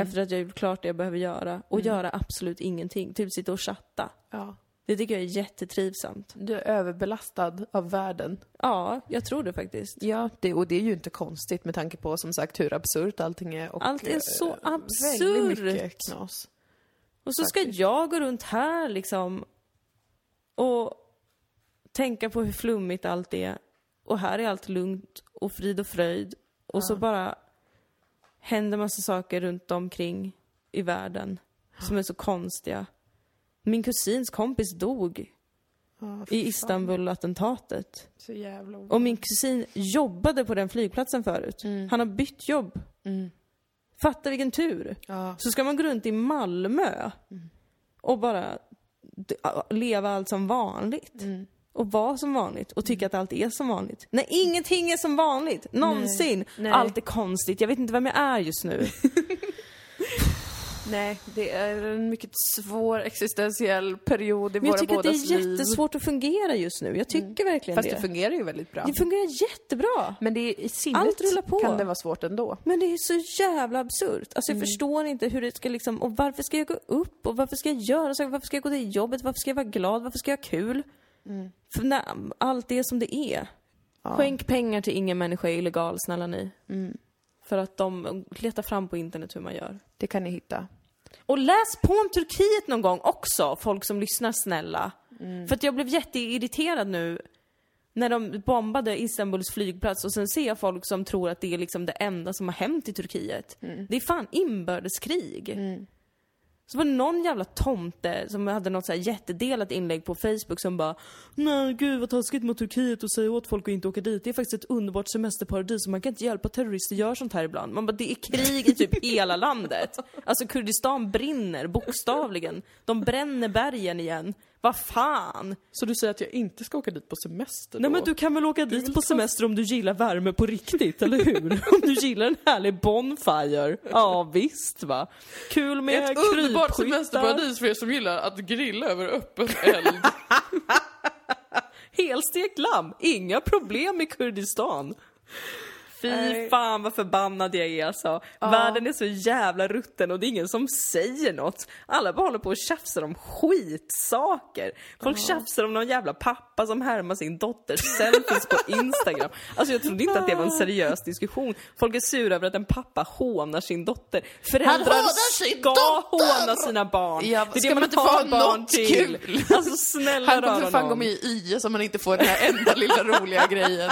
efter att jag gjort klart det jag behöver göra och göra absolut ingenting. Typ sitta och chatta.
ja.
Det tycker jag är jättetrivsamt.
Du är överbelastad av världen.
Ja, jag tror det faktiskt.
Ja, det, och det är ju inte konstigt med tanke på som sagt hur absurt allting är. Och,
Allt är
eh,
så
Väldigt
absurt!
mycket knas.
Och så ska jag gå runt här liksom och tänka på hur flummigt allt är. Och här är allt lugnt och frid och fröjd. Och så bara händer massa saker runt omkring i världen som är så konstiga. Min kusins kompis dog
Ja,
i Istanbul-attentatet.
Så jävla...
Och min kusin jobbade på den flygplatsen förut. Han har bytt jobb.
Mm.
Fatta vilken tur!
Ja. Mm.
Så ska man gå runt i Malmö och bara d- a- leva allt som vanligt.
Mm.
Och vara som vanligt och tycka att allt är som vanligt. Nej, ingenting är som vanligt! Någonsin!
Nej.
Allt är konstigt, jag vet inte vem jag är just nu.
Nej, det är en mycket svår existentiell period i
Men jag
våra
tycker att det
bådas Mm.
är jättesvårt att fungera just nu. Jag tycker verkligen
Fast
det.
det fungerar ju väldigt bra.
det fungerar jättebra!
Men det är, i sinnet
Allt rullar på.
kan det vara svårt ändå.
Men det är så jävla absurt. Alltså jag förstår inte hur det ska liksom, och varför ska jag gå upp? Och varför ska jag göra saker? Varför ska jag gå till jobbet? Varför ska jag vara glad? Varför ska jag ha kul? För när allt är som det är. Skänk pengar till ingen människa är illegal, snälla ni. För att de letar fram på internet hur man gör.
Det kan ni hitta.
Och läs på om Turkiet någon gång också, folk som lyssnar snälla. För att jag blev jätteirriterad nu när de bombade Istanbuls flygplats och sen ser jag folk som tror att det är liksom det enda som har hänt i Turkiet. Det är fan inbördeskrig. Så var det någon jävla tomte som hade något så här jättedelat inlägg på Facebook som bara Nej gud vad taskigt mot Turkiet och säga åt folk att inte åka dit. Det är faktiskt ett underbart semesterparadis och man kan inte hjälpa terrorister gör sånt här ibland. Man bara det är krig i typ hela landet. Alltså Kurdistan brinner bokstavligen. De bränner bergen igen. Vad fan!
Så du säger att jag inte ska åka dit på semester
Nej
då?
men du kan väl åka dit
vill
på semester om du gillar värme på riktigt, eller hur? om du gillar en härlig bonfire. Ja visst va. Kul med
Ett underbart
krypskyttar.
semesterparadis för er som gillar att grilla över öppen eld.
Helstekt lamm, inga problem i Kurdistan. Fy
Nej.
fan vad förbannad jag är alltså. Världen är så jävla rutten och det är ingen som säger något. Alla bara håller på och tjafsar om skitsaker. Folk tjafsar om någon jävla pappa som härmar sin dotters selfies på Instagram. Alltså jag trodde inte att det var en seriös diskussion. Folk är sura över att en pappa hånar sin dotter. Föräldrar
sin
ska håna sina barn.
Ja,
det är
ska
det
man
man
inte
har
få
barn
något
till.
kul?
Alltså snälla
Han kommer
rara
för fan
någon.
gå med i IS om han inte får den här enda lilla roliga grejen.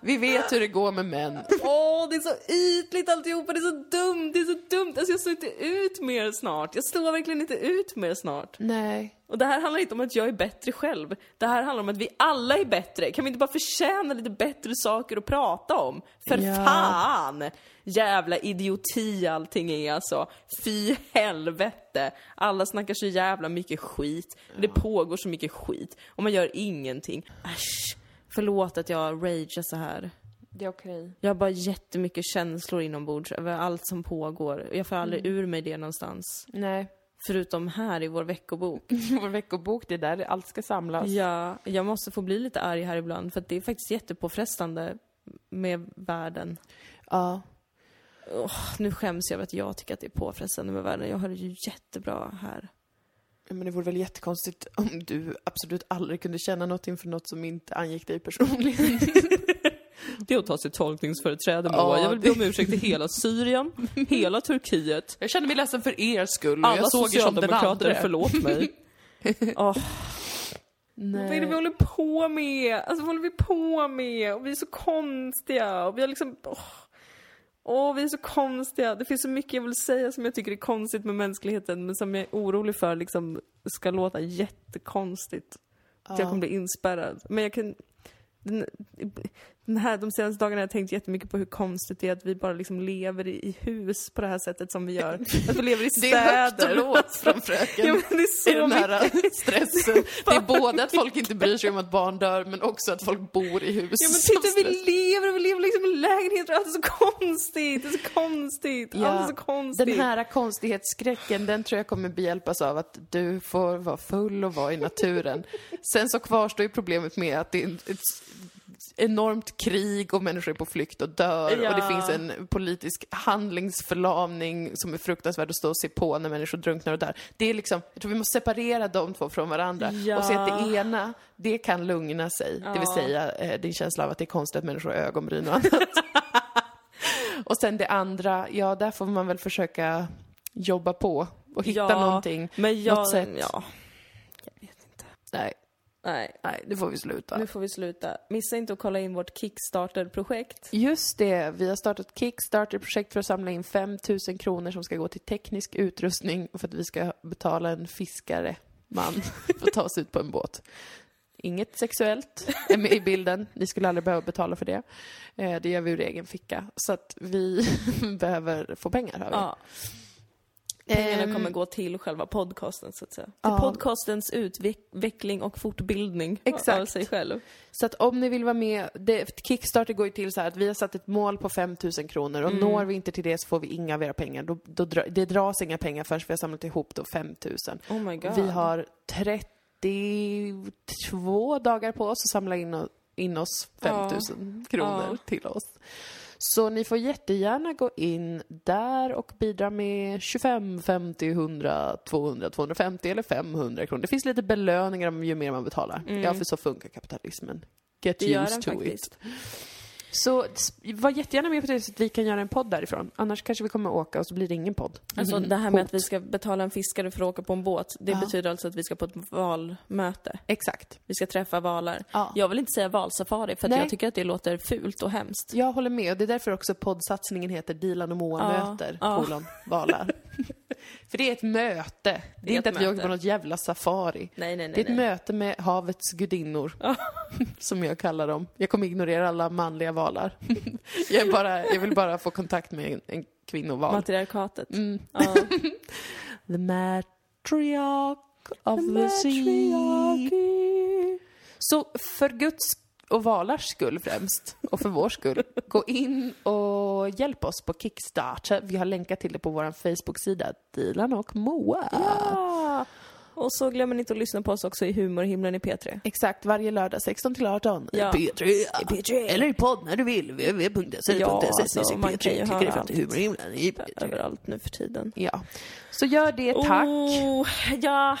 Vi vet hur det går med män.
Åh, det är så ytligt alltihopa, det är så dumt, det är så dumt. Alltså jag står inte ut med er snart. Jag står verkligen inte ut med er snart.
Nej.
Och det här handlar inte om att jag är bättre själv. Det här handlar om att vi alla är bättre. Kan vi inte bara förtjäna lite bättre saker att prata om? För
Ja.
fan! Jävla idioti allting är alltså. Fy helvete! Alla snackar så jävla mycket skit. Det pågår så mycket skit. Och man gör ingenting. Äsch! Förlåt att jag ragear så här.
Det är okej.
Jag har bara jättemycket känslor inombords över allt som pågår. Jag får aldrig ur mig det någonstans.
Nej.
Förutom här i vår veckobok.
Vår veckobok, det är där allt ska samlas.
Ja, jag måste få bli lite arg här ibland för att det är faktiskt jättepåfrestande med världen.
Ja.
Nu skäms jag över att jag tycker att det är påfrestande med världen. Jag har det ju jättebra här.
Men det vore väl jättekonstigt om du absolut aldrig kunde känna något inför något som inte angick dig personligen.
Det är att ta sitt tolkningsföreträde
Moa. Jag vill be om
ursäkt till hela Syrien, hela Turkiet,
Jag känner mig ledsen för er skull.
förlåt mig.
Nej.
Vad är det vi håller på med? Alltså vad håller vi på med? Och vi är så konstiga och vi har liksom... Åh, Åh, vi är så konstiga. Det finns så mycket jag vill säga som jag tycker är konstigt med mänskligheten men som jag är orolig för liksom ska låta jättekonstigt. Att jag kommer bli inspärrad. Men jag kan... Den, den här, de senaste dagarna har jag tänkt jättemycket på hur konstigt det är att vi bara liksom lever i, i hus på det här sättet som vi gör. Att vi lever i
Det
städer.
är högt och lågt från fröken.
Ja, men det är så
I den här
mycket.
stressen. Det är både att folk inte bryr sig om att barn dör, men också att folk bor i hus.
Ja men
som
titta vi
stress.
lever och vi lever liksom i lägenheter och allt är så konstigt, det är så konstigt, allt är så konstigt.
Den här konstighetsskräcken, den tror jag kommer behjälpas av att du får vara full och vara i naturen. Sen så kvarstår ju problemet med att det är ett enormt krig och människor är på flykt och dör och det
Ja.
finns en politisk handlingsförlamning som är fruktansvärd att stå och se på när människor drunknar och där. Det är liksom, jag tror vi måste separera de två från varandra
Ja.
och se att det ena, det kan lugna sig. Det vill säga eh, din känsla av att det är konstigt att människor har ögonbryn och annat. Och sen det andra, ja där får man väl försöka jobba på och hitta någonting.
men jag,
något sätt.
Ja, jag vet inte.
Nej,
Nej,
nej, nu får vi sluta.
nu får vi sluta. Missa inte att kolla in vårt Kickstarter-projekt.
Just det, vi har startat Kickstarter-projekt för att samla in 5 000 kronor som ska gå till teknisk utrustning och för att vi ska betala en fiskare, man, för att ta oss ut på en båt. Inget sexuellt är med i bilden. Ni skulle aldrig behöva betala för det. Eh, Det gör vi ur egen ficka. Så att vi behöver få pengar, hör vi.
Ja. Pengarna
Ehm.
kommer gå till själva podcasten så att säga. Till
Ja.
podcastens utveckling och fortbildning
Exakt.
av sig själv.
Så att om ni vill vara med, det, Kickstarter går ju till så här att vi har satt ett mål på 5 000 kronor och når vi inte till det så får vi inga av era pengar. Då, då, dra- det dras inga pengar förrän vi har samlat ihop då 5 000.
Oh my god.
Vi har 32 dagar på oss att samla in, o- in oss 5 000 kronor
Ja.
till oss. Så ni får jättegärna gå in där och bidra med 25, 50, 100, 200, 250 eller 500 kronor. Det finns lite belöningar om ju mer man betalar. Ja, för så funkar kapitalismen. Get
Mm. Det gör
used
den
to
faktiskt.
it.
Så s- var jättegärna med på det så att vi kan göra en podd därifrån. Annars kanske vi kommer åka och så blir det ingen podd. Alltså
Mm.
det här med att vi ska betala en fiskare för att åka på en båt, det
Ja.
betyder alltså att vi ska på ett valmöte.
Exakt.
Vi ska träffa valar.
Ja.
Jag vill inte säga valsafari för att
Nej.
jag tycker att det låter fult och hemskt.
Jag håller med och det är därför också poddsatsningen heter Dilan och Moa
Ja,
möter,
ja.
kolon, valar. För det är ett möte. Det är,
är
inte
ett
att vi åker
möte.
på något jävla safari.
Nej, nej, nej.
Det är ett
nej.
möte med havets gudinnor. Som jag kallar dem. Jag kommer ignorera alla manliga valar. jag, är bara, jag vill bara få kontakt med en, en kvinnoval.
Matriarkatet.
Mm.
Ja.
The matriarch of the, sea. Så för Guds och valars skull främst, och för vår skull, gå in och hjälp oss på Kickstarter. Vi har länkat till det på vår Facebook-sida, Dilan och Moa.
Ja. Och så glömmer ni inte att lyssna på oss också i humorhimlen i P3.
Exakt, varje lördag 16 till 18.
Ja.
P3. Eller i podd när du vill. www.se.se.
Ja, alltså, man kan ju
Tycker
höra
det är fan till
allt.
humor i himlen. I P3.
Överallt nu för tiden.
Ja. Så gör det, tack.
Oh, ja,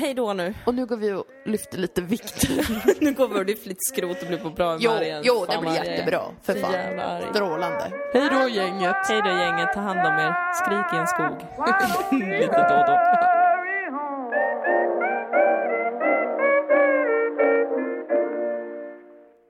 hej då nu.
Och nu går vi och lyfter lite vikt.
nu kommer det flytt skrot och blir på bra
Jo,
humör igen.
jo det
Fan,
blir
vad arg jag är.
jättebra. För
Så jävla
fan.
arg.
Strålande.
Hej då gänget! Hej då gänget, ta hand om er. Skrik i en skog. Lite då och då.